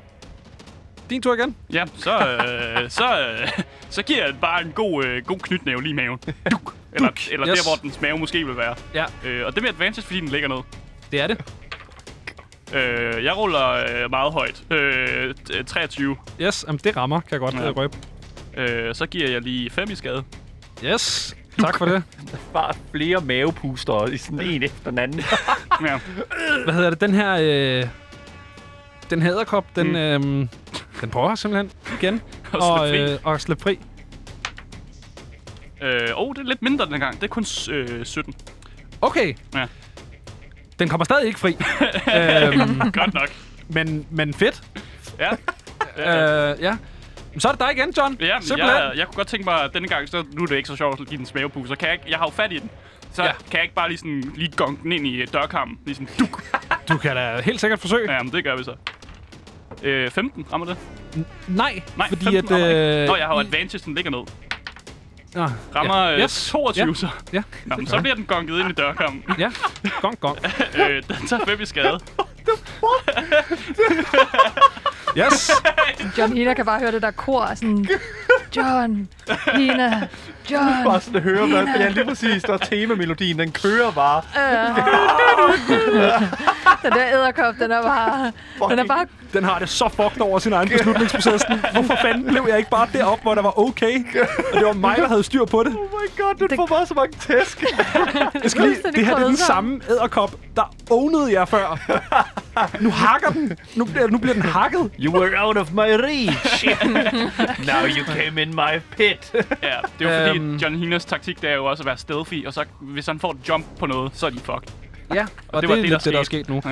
Speaker 1: Din tur igen.
Speaker 2: Ja, så, øh, så, øh, så giver jeg den bare en god, øh, god knytnæve lige i maven. Duk, eller eller yes.
Speaker 1: Yes.
Speaker 2: der, hvor dens mave måske vil være.
Speaker 1: Ja,
Speaker 2: Øh, og det er med advantage, fordi den ligger ned.
Speaker 1: det er det.
Speaker 2: Øh, jeg ruller øh, meget højt. Øh, t- øh, 23.
Speaker 1: Yes, jamen, det rammer, kan jeg godt
Speaker 2: Ja.
Speaker 1: ja. røbe.
Speaker 2: Øh, så giver jeg lige 5 i skade.
Speaker 1: Yes, tak for det.
Speaker 3: Bare flere mavepuster i sådan en efter den anden.
Speaker 2: Ja.
Speaker 1: Hvad hedder det? Den her... Øh, den her æderkop, den,
Speaker 2: Mm.
Speaker 1: mm. øhm, den prøver simpelthen igen
Speaker 2: Og
Speaker 1: og,
Speaker 2: slippe fri.
Speaker 1: øh, og slippe fri.
Speaker 2: Øh, oh, det er lidt mindre den her gang. Det er kun s- øh, 17.
Speaker 1: Okay.
Speaker 2: Ja.
Speaker 1: Den kommer stadig ikke fri. øhm,
Speaker 2: Godt nok.
Speaker 1: men, men fedt.
Speaker 2: Ja.
Speaker 1: Øh, ja. Men Så er det dig igen, John.
Speaker 2: Ja, men
Speaker 1: Simpelthen.
Speaker 2: jeg, jeg kunne godt tænke mig, at denne gang, så nu er det ikke så sjovt at give den smagepus, så kan jeg, ikke, jeg har jo fat i den. Så ja.
Speaker 1: Ja.
Speaker 2: kan jeg ikke bare lige sådan, lige gonge den ind i øh, dørkarmen. Lige sådan, duk.
Speaker 1: Du kan da helt sikkert forsøge.
Speaker 2: Ja, men det gør vi så. Øh, 15, rammer det?
Speaker 1: Nej,
Speaker 2: Nej,
Speaker 1: fordi
Speaker 2: 15
Speaker 1: at...
Speaker 2: rammer ikke.
Speaker 1: Øh,
Speaker 2: Nå, jeg har jo advantage, den ligger ned.
Speaker 1: Nå,
Speaker 2: Rammer
Speaker 1: ja.
Speaker 2: ja.
Speaker 1: yes.
Speaker 2: 22
Speaker 1: Ja.
Speaker 2: så.
Speaker 1: Ja,
Speaker 2: Nå, men så bliver den gonget ind i dørkampen.
Speaker 1: ja. Gong, gong.
Speaker 2: øh, den tager 5 i skade.
Speaker 1: Yes.
Speaker 4: John Hina kan bare høre det der kor af sådan... John, Hina, John,
Speaker 3: Bare sådan at høre, hvad ja, lige præcis, der er temamelodien, den kører bare.
Speaker 4: øh. Den der æderkop, den er bare... Den er bare...
Speaker 1: Den har det så fucked over sin egen beslutningsproces. Sådan, Hvorfor fanden blev jeg ikke bare deroppe, hvor der var okay? Og det var mig, der havde styr på det.
Speaker 3: Oh my god, den det... får bare så mange tæsk.
Speaker 1: Jeg skal lige,
Speaker 4: Fuldstændig
Speaker 1: det her det er den
Speaker 4: krøllet
Speaker 1: samme
Speaker 4: sammen.
Speaker 1: æderkop, der ownede jer før. Nu hakker den. Nu bliver, nu bliver den hakket.
Speaker 3: You were out of my reach. Now you came in my pit.
Speaker 2: Ja, det er jo fordi,
Speaker 1: Øhm.
Speaker 2: at John Hinas taktik, det er jo også at være stealthy, og så hvis han får et jump på noget, så er de fucked.
Speaker 1: Ja, og,
Speaker 2: det
Speaker 1: det,
Speaker 2: var
Speaker 1: det er
Speaker 2: det,
Speaker 1: lidt
Speaker 2: der
Speaker 1: det, der er
Speaker 2: skete.
Speaker 1: sket nu.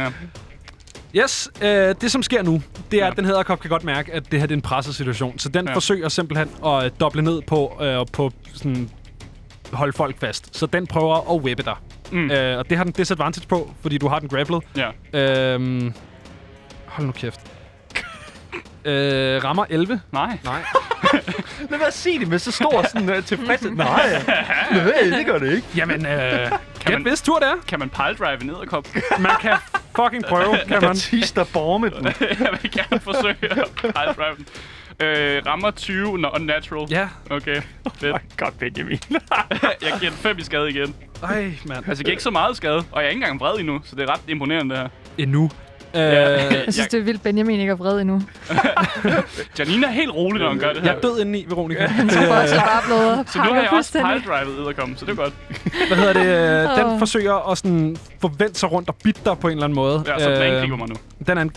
Speaker 2: Ja.
Speaker 1: Yes, øh, det som sker nu, det er,
Speaker 2: Ja.
Speaker 1: ja. at den hæderkop kan godt mærke, at det her det er en presset situation. Så den
Speaker 2: Ja.
Speaker 1: ja. forsøger simpelthen at øh, doble ned på, øh, på sådan, holde folk fast. Så den prøver at whippe dig.
Speaker 2: Mm.
Speaker 1: Mm. Øh, og det har den disadvantage på, fordi du har den grapplet.
Speaker 2: ja.
Speaker 1: Øhm, hold nu kæft. øh, rammer 11.
Speaker 2: Nej.
Speaker 1: Nej.
Speaker 3: Lad være at sige det med så stor sådan, uh, tilfreds. Nej, nej, det gør det ikke.
Speaker 1: Jamen, øh,
Speaker 2: Kan
Speaker 1: gæt
Speaker 2: man,
Speaker 1: hvis tur det er.
Speaker 2: kan man piledrive en æderkop?
Speaker 1: Man kan fucking prøve, kan man.
Speaker 3: Der tis, der borme den.
Speaker 2: jeg vil gerne forsøge at piledrive den. Øh, rammer 20, når unnatural.
Speaker 1: Ja,
Speaker 2: Okay, fedt.
Speaker 3: Godt, Benjamin.
Speaker 2: Jeg giver den 5 i skade igen.
Speaker 1: ej mand.
Speaker 2: Altså, jeg giver ikke så meget skade, og jeg er ikke engang vred endnu, så det er ret imponerende, det her.
Speaker 1: Endnu. Øh,
Speaker 4: Jeg synes, det er vildt, Benjamin ikke er vred endnu.
Speaker 2: Janine er helt rolig, når hun gør det her.
Speaker 1: jeg er død indeni, Veronica.
Speaker 4: Så bare så bare blevet
Speaker 2: Så nu har
Speaker 4: hakket
Speaker 2: jeg også
Speaker 4: fuldstændig.
Speaker 2: piledrivet edderkommen, så det er godt.
Speaker 1: Hvad hedder det? øh, Den
Speaker 4: Åh.
Speaker 1: forsøger at sådan forvente sig rundt og bitte dig på en eller anden måde.
Speaker 2: Ja, så den
Speaker 1: Øh,
Speaker 2: angriber mig nu.
Speaker 1: den er en...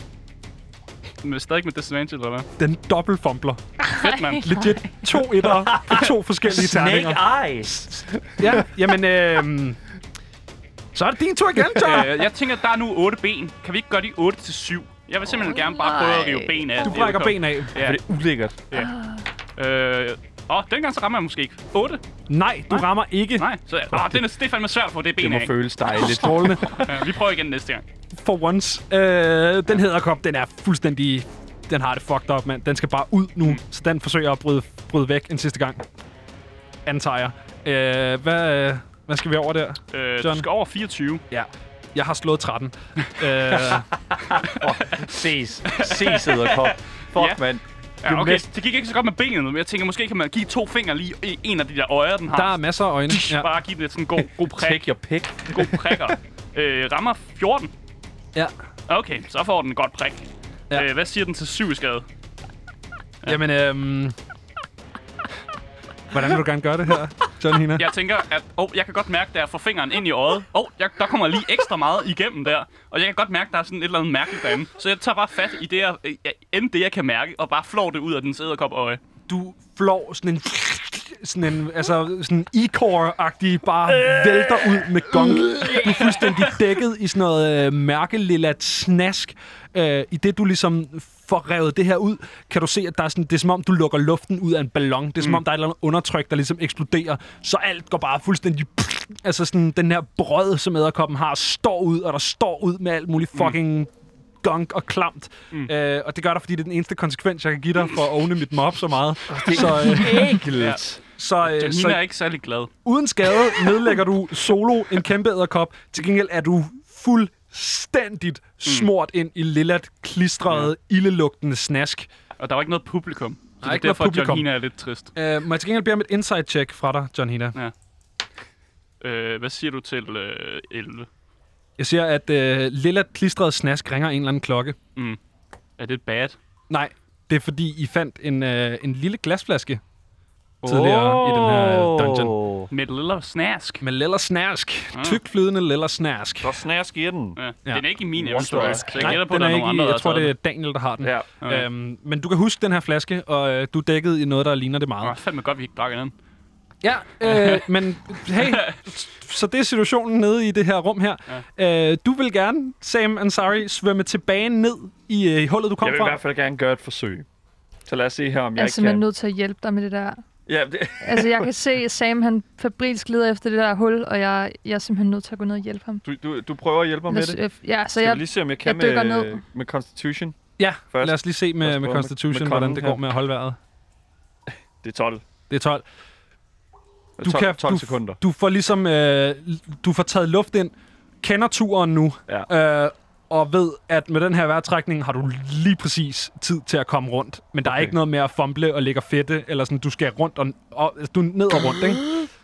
Speaker 2: med, stadig med disadvantage, eller hvad?
Speaker 1: Den dobbelt fumbler.
Speaker 2: Fedt, mand.
Speaker 1: Legit to etter på to forskellige terninger.
Speaker 3: Snake eyes.
Speaker 1: Ja, jamen, øh, så er det din tur igen, Tom.
Speaker 2: Øh, jeg tænker, der er nu otte ben. Kan vi ikke gøre de 8 til 7? Jeg vil simpelthen gerne bare prøve at rive ben af.
Speaker 1: Du
Speaker 2: Det er
Speaker 1: brækker
Speaker 2: jo
Speaker 1: ben af.
Speaker 2: Ja.
Speaker 3: For det er ulækkert.
Speaker 2: Øh, åh, dengang så rammer jeg måske ikke. 8?
Speaker 1: Nej, du rammer ikke.
Speaker 2: Nej. Så, åh, det, er, det er fandme svært for, det er
Speaker 3: Det
Speaker 2: ben
Speaker 3: må
Speaker 2: af.
Speaker 3: føles dejligt.
Speaker 1: Strålende.
Speaker 2: Ja, vi prøver igen næste gang.
Speaker 1: For once. Øh, den hedderkop, den er fuldstændig... Den har det fucked up, mand. Den skal bare ud nu. Mm. Så den forsøger at bryde, bryde væk en sidste gang. Antager jeg. Øh, hvad, øh, hvad skal vi over der?
Speaker 2: Øh,
Speaker 1: John.
Speaker 2: du skal over 24.
Speaker 1: Ja. Jeg har slået 13. øh,
Speaker 3: Ses. Ses, æderkop. Fuck,
Speaker 2: Ja.
Speaker 3: mand.
Speaker 2: Ja, okay,
Speaker 1: næsten-
Speaker 2: det gik ikke så godt med benet, men jeg tænker, måske kan man give to fingre lige i en af de der øjer, den har.
Speaker 1: der er masser af øjne.
Speaker 2: ja.
Speaker 1: Ja.
Speaker 2: Bare give den et sådan god, god prik,
Speaker 3: Take your pick.
Speaker 2: god prikker. Øh, rammer 14.
Speaker 1: ja.
Speaker 2: Okay, så får den en godt prik.
Speaker 1: Ja.
Speaker 2: Ja. Øh, hvad siger den til 7 skade?
Speaker 1: Jamen, øh, Hvordan vil du gerne gøre det her, John Hina?
Speaker 2: Jeg tænker, at oh, jeg kan godt mærke, at jeg får fingeren ind i øjet. Oh, jeg, der kommer lige ekstra meget igennem der. Og jeg kan godt mærke, at der er sådan et eller andet mærkeligt derinde. Så jeg tager bare fat i det, jeg, øh, end det, jeg kan mærke, og bare flår det ud af dens
Speaker 1: Øh,
Speaker 2: æderkopøje.
Speaker 1: du flår sådan en sådan en, altså sådan en e-core-agtig, bare vælter ud med gong. Du er fuldstændig dækket i sådan noget øh, mærkelilla snask. Øh, I det, du ligesom får revet det her ud, kan du se, at der er sådan, det er som om, du lukker luften ud af en ballon. Det er som om, der er et eller andet undertryk, der ligesom eksploderer. Så alt går bare fuldstændig... Altså sådan, den her brød, som æderkoppen har, står ud, og der står ud med alt muligt fucking gunk og klamt. Mm. Øh, og det gør der, fordi det er den eneste konsekvens, jeg kan give dig for at ovne mit mob så meget. Så, øh,
Speaker 3: Ægelt.
Speaker 1: så,
Speaker 2: Den
Speaker 1: øh,
Speaker 2: så... er
Speaker 1: så
Speaker 2: ikke særlig glad.
Speaker 1: uden skade nedlægger du solo en kæmpe æderkop. Til gengæld er du fuldstændigt smurt ind i lillat, klistret, ildelugtende snask.
Speaker 2: Og der var ikke noget publikum. Så det er
Speaker 1: ikke noget
Speaker 2: derfor, at
Speaker 1: publikum.
Speaker 2: John Hina er lidt trist.
Speaker 1: Øh, må jeg til gengæld bede om et insight-check fra dig, John Hina?
Speaker 2: Øh, hvad siger du til øh, 11?
Speaker 1: Jeg siger, at øh, lillat, klistret snask ringer en eller anden klokke.
Speaker 2: Er det bad?
Speaker 1: Nej, det er fordi, I fandt en, øh, en lille glasflaske tidligere i den her øh, dungeon.
Speaker 3: Åh.
Speaker 2: Med et lille snask.
Speaker 1: Med lilla snask. Tykt flydende lilla snask.
Speaker 3: Så snask i den.
Speaker 2: Ja.
Speaker 1: Ja.
Speaker 2: Den er ikke i min
Speaker 3: What
Speaker 2: inventory,
Speaker 3: the-
Speaker 2: så jeg gætter på,
Speaker 1: den
Speaker 2: at der er
Speaker 1: ikke
Speaker 2: nogle andre,
Speaker 1: i,
Speaker 2: der
Speaker 1: jeg tror, det er Daniel, der har den.
Speaker 3: Ja.
Speaker 2: Okay.
Speaker 1: Øhm, men du kan huske den her flaske, og øh, du er dækket i noget, der ligner det
Speaker 2: Nå,
Speaker 1: meget.
Speaker 2: fandme godt, vi ikke drak den.
Speaker 1: Ja, øh, men hey, så det er situationen nede i det her rum her. Ja. Øh, du vil gerne, Sam Ansari, svømme tilbage ned i øh, hullet, du kom
Speaker 3: Jeg vil i
Speaker 1: fra.
Speaker 3: hvert fald gerne gøre et forsøg. Så lad os se her, om jeg
Speaker 4: Jeg Altså, er
Speaker 3: ikke
Speaker 4: simpelthen
Speaker 3: kan.
Speaker 4: nødt til at hjælpe dig med det der.
Speaker 3: Ja, det...
Speaker 4: Altså, jeg kan se, at Sam han fabrisk leder efter det der hul, og jeg, jeg er simpelthen nødt til at gå ned og hjælpe ham.
Speaker 3: du, du, du prøver at hjælpe mig med
Speaker 4: Lad os-
Speaker 3: det.
Speaker 4: øh, Ja, så
Speaker 3: Skal vi
Speaker 4: jeg,
Speaker 3: lige se, om jeg
Speaker 4: jeg
Speaker 3: kan
Speaker 4: dykker
Speaker 3: med,
Speaker 4: ned.
Speaker 3: med Constitution?
Speaker 1: Ja,
Speaker 3: Først.
Speaker 1: lad os lige se
Speaker 3: Lad
Speaker 1: med,
Speaker 3: os
Speaker 1: med
Speaker 3: prøve med-
Speaker 1: Constitution,
Speaker 3: med
Speaker 1: hvordan
Speaker 3: kongen
Speaker 1: det
Speaker 3: her.
Speaker 1: går med at holde vejret.
Speaker 3: Det er 12.
Speaker 1: Det er 12.
Speaker 3: Du 12, kan, 12
Speaker 1: du,
Speaker 3: sekunder.
Speaker 1: Du får ligesom, øh, du får taget luft ind, kender turen nu, ja. øh, og ved, at med den her vejrtrækning har du lige præcis tid til at komme rundt. Men der okay. er
Speaker 3: Okay.
Speaker 1: ikke noget med at fumble og lægge og fedte, eller sådan, du skal rundt og, og altså, du er ned og rundt, ikke?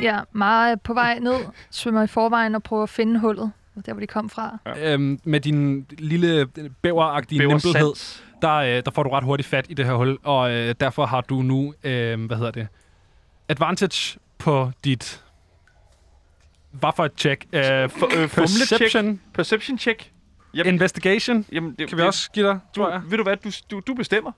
Speaker 4: jeg er meget på vej ned, svømmer i forvejen og prøver at finde hullet, der hvor de kom fra.
Speaker 1: Øhm, med din lille bæveragtige nimblehed,
Speaker 3: sans.
Speaker 1: der, øh, der får du ret hurtigt fat i det her hul, og øh, derfor har du nu, øh, hvad hedder det, advantage på dit... Hvad for et check? Øh,
Speaker 3: For, øh, Perception.
Speaker 1: perception?
Speaker 3: Perception check. Jamen,
Speaker 1: Investigation?
Speaker 3: jamen, det,
Speaker 1: Kan vi også give dig,
Speaker 3: Du,
Speaker 1: tror jeg?
Speaker 3: ved du hvad? Du, du, du bestemmer.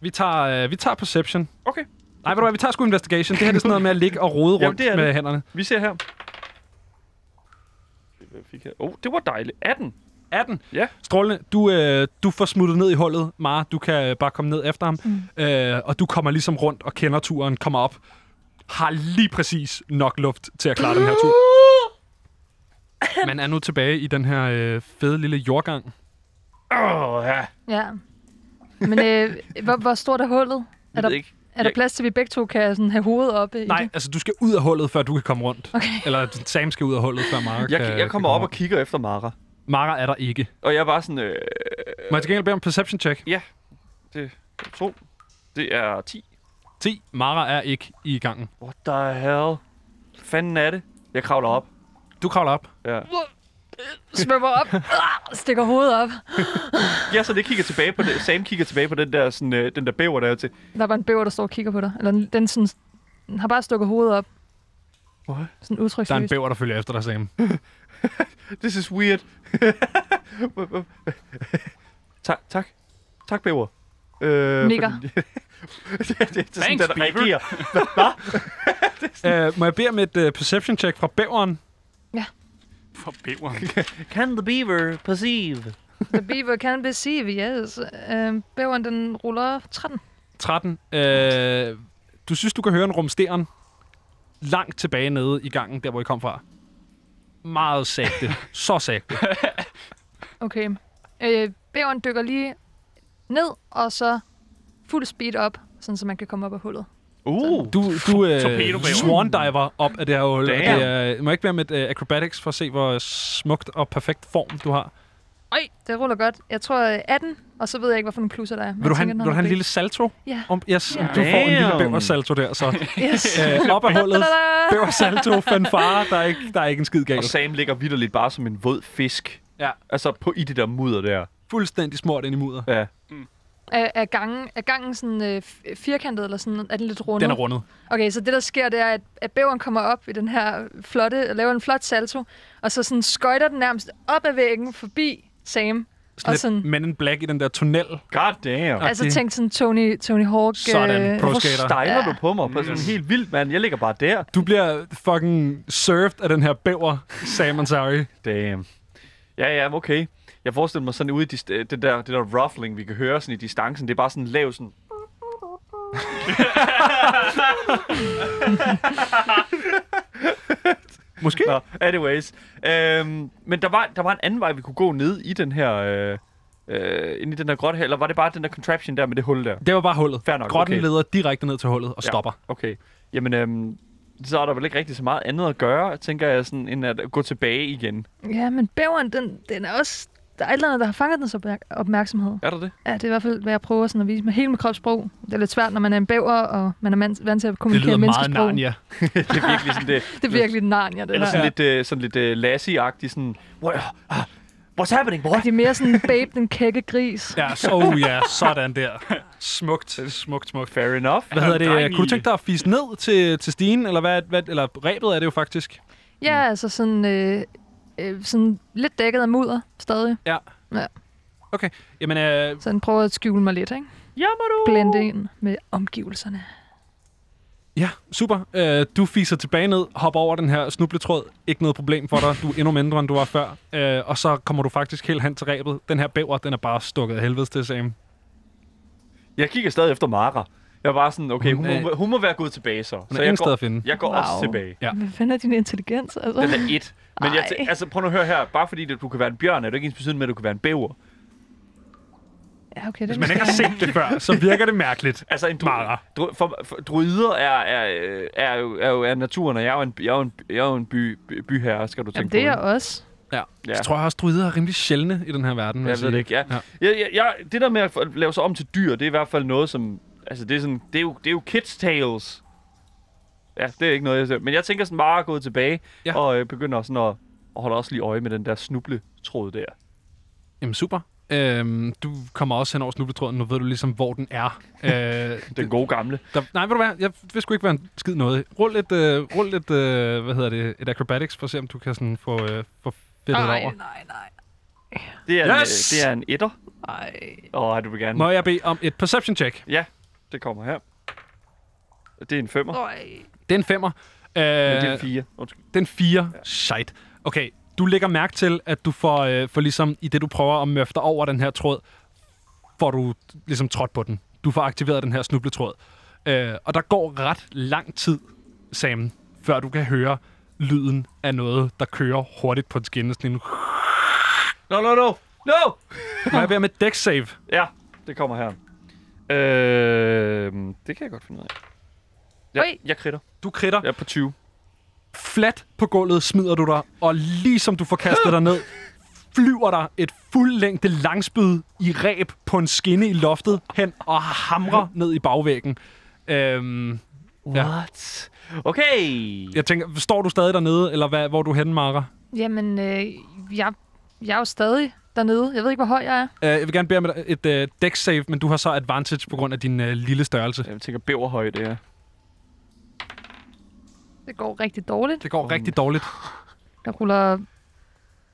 Speaker 1: Vi tager, øh, vi tager Perception.
Speaker 3: Okay.
Speaker 1: Nej, ved du hvad, vi tager sgu Investigation. Det her det er sådan noget med at ligge og rode rundt
Speaker 3: Jamen, det er
Speaker 1: med
Speaker 3: det.
Speaker 1: hænderne.
Speaker 3: Vi ser her. Hvad fik jeg? Oh, det var dejligt. 18.
Speaker 1: 18.
Speaker 3: Ja.
Speaker 1: Strålende. Du, øh, du får smuttet ned i hullet, Mara. Du kan øh, bare komme ned efter ham. Mm. Øh, og du kommer ligesom rundt og kender turen, kommer op. Har lige præcis nok luft til at klare den her tur. Man er nu tilbage i den her øh, fede lille jordgang.
Speaker 3: Åh, oh, ja.
Speaker 4: Ja. Men øh, hvor, hvor stort er hullet? Er
Speaker 3: Jeg
Speaker 4: der,
Speaker 3: ved ikke.
Speaker 4: er der
Speaker 3: Jeg-
Speaker 4: plads til, at vi begge to kan sådan, have hovedet oppe i
Speaker 1: Nej,
Speaker 4: det?
Speaker 1: altså du skal ud af hullet, før du kan komme rundt.
Speaker 4: Okay.
Speaker 1: Eller Sam skal ud af hullet, før Mara
Speaker 3: Jeg,
Speaker 1: kan,
Speaker 3: jeg
Speaker 1: kan komme
Speaker 3: kommer op og kigger efter Mara.
Speaker 1: Mara er der ikke.
Speaker 3: Og jeg er bare sådan, øh,
Speaker 1: Må jeg til gengæld bede om perception check?
Speaker 3: jeg tror, det er 10.
Speaker 1: 10. Mara er ikke i gangen.
Speaker 3: What the hell? Hvad fanden er det? Jeg kravler op.
Speaker 1: Du kravler op.
Speaker 3: Ja.
Speaker 4: Svømmer op, ah, stikker hovedet op.
Speaker 3: Jeg så det kigger tilbage på det. Sam kigger tilbage på den der, sådan, øh, den der bæver, der er til.
Speaker 4: Der er bare en bøver, der står og kigger på dig. Eller den, den, sådan, den har bare stukket hovedet op.
Speaker 3: What?
Speaker 4: Sådan
Speaker 1: Der er en
Speaker 4: udtryksløst.
Speaker 1: bæver, der følger efter dig, Sam.
Speaker 3: This is weird. Tak, tak. Tak, Beaver. Øh,
Speaker 4: Nikker.
Speaker 3: fordi- det, det, det, er sådan,
Speaker 2: Thanks,
Speaker 3: den
Speaker 2: Beaver.
Speaker 3: reagerer.
Speaker 1: Uh, må jeg bede om et uh, perception check fra bæveren?
Speaker 2: For bæver.
Speaker 3: Can the beaver perceive?
Speaker 4: The beaver can be seen, yes. Øh, bæveren, den ruller 13.
Speaker 1: 13. Uh, du synes, du kan høre en rumsteren langt tilbage nede i gangen, der hvor I kom fra. Meget sagte. Så sagte.
Speaker 4: Okay. Øh, bæveren dykker lige ned, og så fuld speed op, sådan så man kan komme op af hullet.
Speaker 3: Uh,
Speaker 1: Du, du uh,
Speaker 2: Torpedobæver.
Speaker 1: swan diver op af det her hul. og Det
Speaker 3: Damn.
Speaker 1: er, må jeg ikke være med et uh, acrobatics for at se, hvor smukt og perfekt form du har.
Speaker 4: Oj, det ruller godt. Jeg tror øh, 18, og så ved jeg ikke, hvorfor nogle plusser der er. men
Speaker 1: Vil du
Speaker 4: jeg
Speaker 1: have,
Speaker 4: tænker, den
Speaker 1: vil
Speaker 4: har
Speaker 1: du have en
Speaker 4: nogle
Speaker 1: lille salto?
Speaker 4: Ja.
Speaker 1: Om, yes,
Speaker 4: Ja.
Speaker 1: du får en lille
Speaker 3: Damn.
Speaker 1: bæversalto der, så.
Speaker 4: ben. Yes.
Speaker 1: Uh, op af hullet.
Speaker 4: Ta-da!
Speaker 1: Bæver salto, fanfare, der er ikke, der er ikke en skid
Speaker 3: og
Speaker 1: galt.
Speaker 3: Sam ligger vidderligt bare som en våd fisk.
Speaker 1: Ja.
Speaker 3: Altså på i det der mudder der.
Speaker 1: Fuldstændig smurt ind i mudder.
Speaker 3: Ja.
Speaker 4: Er, er, gangen, er gangen sådan øh, f- firkantet, eller sådan, er den lidt rundet?
Speaker 1: Den er rundet.
Speaker 4: Okay, så det der sker, det er, at, at bæveren kommer op i den her flotte, laver en flot salto, og så sådan skøjter den nærmest op ad væggen, forbi Sam.
Speaker 1: Sådan
Speaker 4: Og
Speaker 1: lidt
Speaker 4: sådan-
Speaker 1: Men in Black i den der tunnel.
Speaker 3: God damn.
Speaker 1: Ja,
Speaker 4: Altså
Speaker 1: Ah, det-
Speaker 4: tænk sådan Tony, Tony Hawk. øh,
Speaker 1: Sådan, pro
Speaker 3: Hvorfor
Speaker 1: skater.
Speaker 3: stejler
Speaker 4: Ja.
Speaker 3: du på mig? På sådan helt vildt, mand. Jeg ligger bare der.
Speaker 1: Du bliver fucking served af den her bæver, Sam Ansari.
Speaker 3: Damn. øh, Ja, ja, okay. Jeg forestiller mig sådan ude i dist- øh, det, der, det der ruffling, vi kan høre sådan i distancen. Det er bare sådan lav sådan...
Speaker 1: Måske?
Speaker 3: Nå, anyways. Øhm, men der var, der var en anden vej, vi kunne gå ned i den her... Øh, øh, ind i den her grotte her. Eller var det bare den der contraption der med det hul der?
Speaker 1: Det var bare hullet.
Speaker 3: Fair nok,
Speaker 1: Grotten
Speaker 3: okay.
Speaker 1: leder direkte ned til hullet og
Speaker 3: Ja.
Speaker 1: stopper.
Speaker 3: Okay. Jamen, øhm, så er der vel ikke rigtig så meget andet at gøre, tænker jeg, sådan, end at gå tilbage igen.
Speaker 4: Ja, men bæveren, den, den er også... Der er et eller andet, der har fanget dens opmærk- opmærksomhed.
Speaker 3: Er der det?
Speaker 4: Ja, det er i hvert fald, hvad jeg prøver sådan at vise med hele mit kropssprog. Det er lidt svært, når man er en bæver, og man er mand- vant til
Speaker 1: Det
Speaker 4: at
Speaker 1: lyder
Speaker 4: kommunikere
Speaker 1: meget
Speaker 4: menneskesprog.
Speaker 1: Narnia.
Speaker 3: Det er virkelig sådan det.
Speaker 4: Det er virkelig narnia, det
Speaker 3: Eller
Speaker 4: der.
Speaker 3: sådan
Speaker 1: Ja.
Speaker 3: lidt, øh, sådan lidt øh, lassie-agtig, sådan... "What- ah, What's happening, boy?
Speaker 4: Det er mere sådan, babe, den kække gris.
Speaker 1: Ja, så oh, ja, sådan der. Smukt, smukt, smukt.
Speaker 3: Fair enough.
Speaker 1: Hvad hedder det?
Speaker 2: Dejlig.
Speaker 1: Kunne du tænke dig at fise ned til, til stigen, eller, hvad, hvad, eller rebet er det jo faktisk?
Speaker 4: Ja, altså sådan, øh, øh, sådan lidt dækket af mudder stadig.
Speaker 1: Okay, jamen øh,
Speaker 4: Så den prøver at skjule mig lidt, ikke?
Speaker 3: Jammer du!
Speaker 4: Blende ind med omgivelserne.
Speaker 1: Ja, super. Øh, du fiser tilbage ned, hopper over den her snubletråd. Ikke noget problem for dig. Du er endnu mindre, end du var før. Øh, og så kommer du faktisk helt hen til rebet. Den her bæver, den er bare stukket af helvedes til, Sam.
Speaker 3: Jeg kigger stadig efter Mara. Jeg er bare sådan, okay, hun,
Speaker 1: Hun
Speaker 3: hun,
Speaker 1: er-
Speaker 3: må, hun må være gået tilbage så.
Speaker 1: Den
Speaker 3: så
Speaker 1: er
Speaker 3: jeg
Speaker 1: ingen sted
Speaker 3: går,
Speaker 1: at finde.
Speaker 3: jeg går wow. også tilbage.
Speaker 1: Ja.
Speaker 4: Ja. Hvad fanden er din intelligens, altså?
Speaker 3: Den er et. Men jeg
Speaker 4: Ej.
Speaker 3: tæ- altså, prøv nu at høre her. Bare fordi at du kan være en bjørn, er du ikke ens betydende med, at du kan være en bæver.
Speaker 4: Ja, okay, det
Speaker 1: Hvis man ikke har set det før, så virker det mærkeligt.
Speaker 3: Altså, en dru-
Speaker 1: Mara.
Speaker 3: dru- for, for, druider er, er, er, er, jo, er jo er naturen, og jeg er jo en, jeg er jo en, jeg er jo en by, by, byherre, skal du tænke
Speaker 4: Jamen, det er
Speaker 3: på.
Speaker 4: jeg også.
Speaker 1: Ja.
Speaker 3: Ja.
Speaker 1: ja. Så tror jeg også, druider er rimelig sjældne i den her verden. vil
Speaker 3: Jeg ved
Speaker 1: sige.
Speaker 3: det ikke, ja.
Speaker 1: Ja.
Speaker 3: ja. Jeg, jeg, jeg, det der med at få- lave sig om til dyr, det er i hvert fald noget, som... Altså, det er, sådan, det er, jo, det er jo kids tales. Ja, det er ikke noget, jeg ser. Men jeg tænker sådan bare at gå tilbage
Speaker 1: Ja.
Speaker 3: ja. og øh, begynder sådan at, at holde også lige øje med den der snubletråd der.
Speaker 1: Jamen, super. Øhm, du kommer også hen over snubletråden. Nu ved du ligesom, hvor den er. Øh,
Speaker 3: Den gode gamle.
Speaker 1: der, nej, ved du hvad? Jeg vil sgu ikke være en skid noget. Rul lidt, øh, rul lidt øh, hvad hedder det, et acrobatics, for at se, om du kan sådan få, øh, få fedtet
Speaker 4: Nej,
Speaker 1: over.
Speaker 4: nej, nej,
Speaker 3: Det er,
Speaker 1: Yes!
Speaker 3: en, øh, det er en etter.
Speaker 4: nej.
Speaker 3: Åh, oh, du vil gerne...
Speaker 1: Må jeg bede om et perception check?
Speaker 3: Ja, det kommer her. Det er en femmer. Øh,
Speaker 4: Øj.
Speaker 1: Det er en femmer. Øh,
Speaker 3: det er en fire. Undskyld.
Speaker 1: Den 4. Ja. Shit. Okay, du lægger mærke til, at du får, øh, for ligesom i det, du prøver at møfte over den her tråd, får du ligesom trådt på den. Du får aktiveret den her snubletråd. Øh, og der går ret lang tid, Sam, før du kan høre lyden af noget, der kører hurtigt på et skinne. Sådan en...
Speaker 3: No, no, no! No!
Speaker 1: Må jeg være med deck save?
Speaker 3: Ja, det kommer her. Øh, det kan jeg godt finde ud af. Jeg,
Speaker 4: Ui.
Speaker 3: jeg kritter.
Speaker 1: Du kritter.
Speaker 3: Jeg er på 20.
Speaker 1: fladt på gulvet smider du dig, og ligesom du får kastet dig ned, flyver der et fuldlængde langspyd i ræb på en skinne i loftet hen og hamrer ned i bagvæggen. Øhm,
Speaker 3: What? Okay.
Speaker 1: jeg tænker, står du stadig dernede, eller hvad, hvor er du henne, Mara?
Speaker 4: Jamen, øh, jeg, jeg er jo stadig dernede. Jeg ved ikke, hvor høj jeg er.
Speaker 1: Øh, jeg vil gerne bede om et, et øh, deck save, men du har så advantage på grund af din øh, lille størrelse.
Speaker 3: Jeg tænker bæverhøjde, ja.
Speaker 4: Det går rigtig dårligt.
Speaker 1: Det går rigtig dårligt.
Speaker 4: Jeg ruller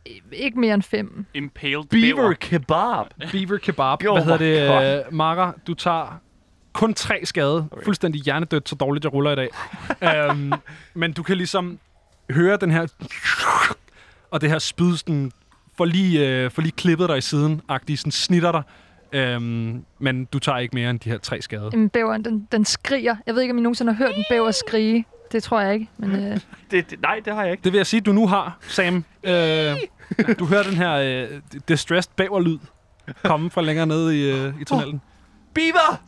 Speaker 4: øh, Ikke mere end fem.
Speaker 2: Impaled
Speaker 3: Beaver
Speaker 2: bæver.
Speaker 3: kebab.
Speaker 1: Beaver kebab.
Speaker 3: Oh
Speaker 1: Hvad hedder
Speaker 3: my God.
Speaker 1: det, øh, Mara? Du tager kun tre skade. Okay. Fuldstændig hjernedødt, så dårligt jeg ruller i dag. um, men du kan ligesom høre den her... Og det her spyd, sådan, for lige, øh, for lige klippet dig i siden, agtigt, sådan snitter dig. Um, men du tager ikke mere end de her tre skade.
Speaker 4: Jamen, bæveren, den, den skriger. Jeg ved ikke, om I nogensinde har hørt en bæver skrige. Det tror jeg ikke, men øh,
Speaker 3: Det, det, nej, det har jeg ikke.
Speaker 1: Det vil jeg sige, du nu har, Sam. Øh, du hører den her øh, distressed bæverlyd komme fra længere nede i, øh, i tunnelen.
Speaker 3: Beaver!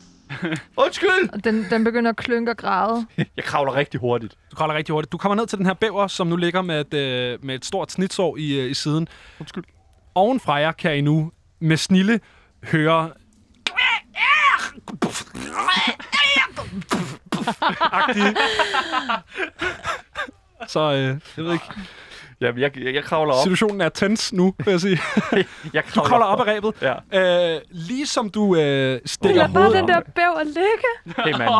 Speaker 3: Undskyld!
Speaker 4: og den, den begynder at klynke og græde.
Speaker 3: Jeg kravler rigtig hurtigt.
Speaker 1: Du kravler rigtig hurtigt. Du kommer ned til den her bæver, som nu ligger med et, øh, med et stort snitsår i, øh, i siden.
Speaker 3: Undskyld.
Speaker 1: Oven fra jer kan I nu med snille høre... Agtige. Så øh, jeg ved ikke.
Speaker 3: Jamen, jeg, jeg, jeg kravler op.
Speaker 1: Situationen er tens nu, vil jeg sige.
Speaker 3: Jeg
Speaker 1: Du kravler op ad ræbet.
Speaker 3: Ja.
Speaker 1: Øh, ligesom du øh,
Speaker 4: Det
Speaker 1: stikker
Speaker 4: Lad bare
Speaker 1: hovedet
Speaker 4: den der bæver ligge.
Speaker 3: Hey, mand.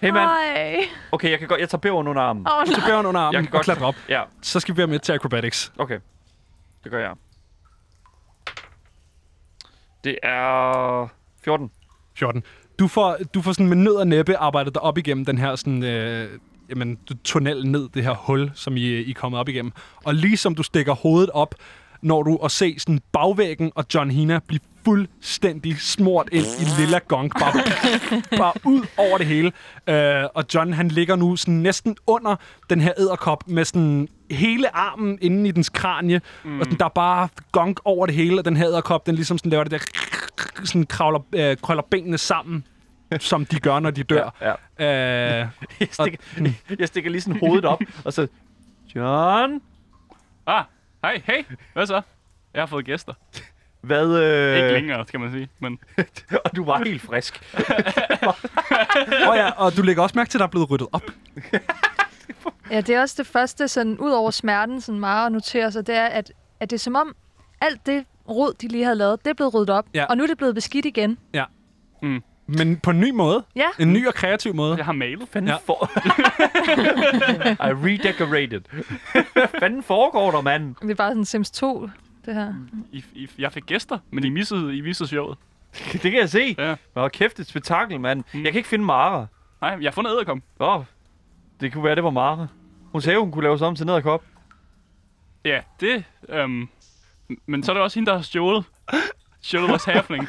Speaker 3: Hey, mand.
Speaker 4: Ej.
Speaker 3: Okay, jeg, kan godt, jeg tager bæveren under armen.
Speaker 4: Åh, oh,
Speaker 1: til bæveren under
Speaker 3: Jeg
Speaker 1: armen
Speaker 3: kan
Speaker 1: og
Speaker 3: godt-
Speaker 1: klatre op.
Speaker 3: Ja,
Speaker 1: Så skal vi være med til acrobatics.
Speaker 3: okay. Det gør jeg. Det er 14.
Speaker 1: 14. Du får, du får sådan med nød og næppe arbejdet dig op igennem den her sådan, øh, jamen, du- tunnel ned, det her hul, som I, I er kommet op igennem. Og ligesom du stikker hovedet op, når du at se sådan bagvæggen og John Hina blive fuldstændig smurt ind i lilla gong, bare, bare ud over det hele. Øh, og John, han ligger nu sådan næsten under den her æderkop med sådan hele armen inde i dens kranie, mm. og sådan, der er bare gong over det hele, og den her æderkop, den ligesom sådan laver det der, sådan kravler, øh, krøller benene sammen, som de gør, når de dør.
Speaker 3: Ja,
Speaker 1: Ja. Øh,
Speaker 3: Jeg stikker, jeg stikker lige sådan hovedet op, og så... John,
Speaker 2: Ah, hej, hey. Hvad så? Jeg har fået gæster.
Speaker 3: hvad... Øh...
Speaker 2: Ikke længere, kan man sige. Men
Speaker 3: og du var helt frisk.
Speaker 1: og, ja, og du lægger også mærke til, at der er blevet ryddet op.
Speaker 4: Ja, det er også det første, sådan, ud over smerten, sådan meget at notere sig, det er, at, at det er som om, alt det rod, de lige havde lavet, det er blevet ryddet op,
Speaker 1: Ja.
Speaker 4: og nu er det blevet beskidt igen.
Speaker 1: Men på en ny måde.
Speaker 4: Ja,
Speaker 1: En ny og kreativ måde.
Speaker 2: jeg har malet.
Speaker 3: Fanden
Speaker 1: Ja.
Speaker 3: ja. for... I redecorated. Hvad fanden foregår der, mand?
Speaker 4: det er bare sådan Sims 2, det her.
Speaker 2: I, I, jeg fik gæster, men I missede, I missede showet.
Speaker 3: Det kan jeg se.
Speaker 2: Ja.
Speaker 3: Hvor kæft et spektakel, mand. Jeg kan ikke finde Mara.
Speaker 2: Nej, jeg har fundet æderkom.
Speaker 3: Åh, det kunne være, det var Mara. Hun sagde, hun kunne lave sig om til nederkop.
Speaker 2: Ja, det... Øhm, men så er det også hende, der har stjålet. Stjålet vores halfling.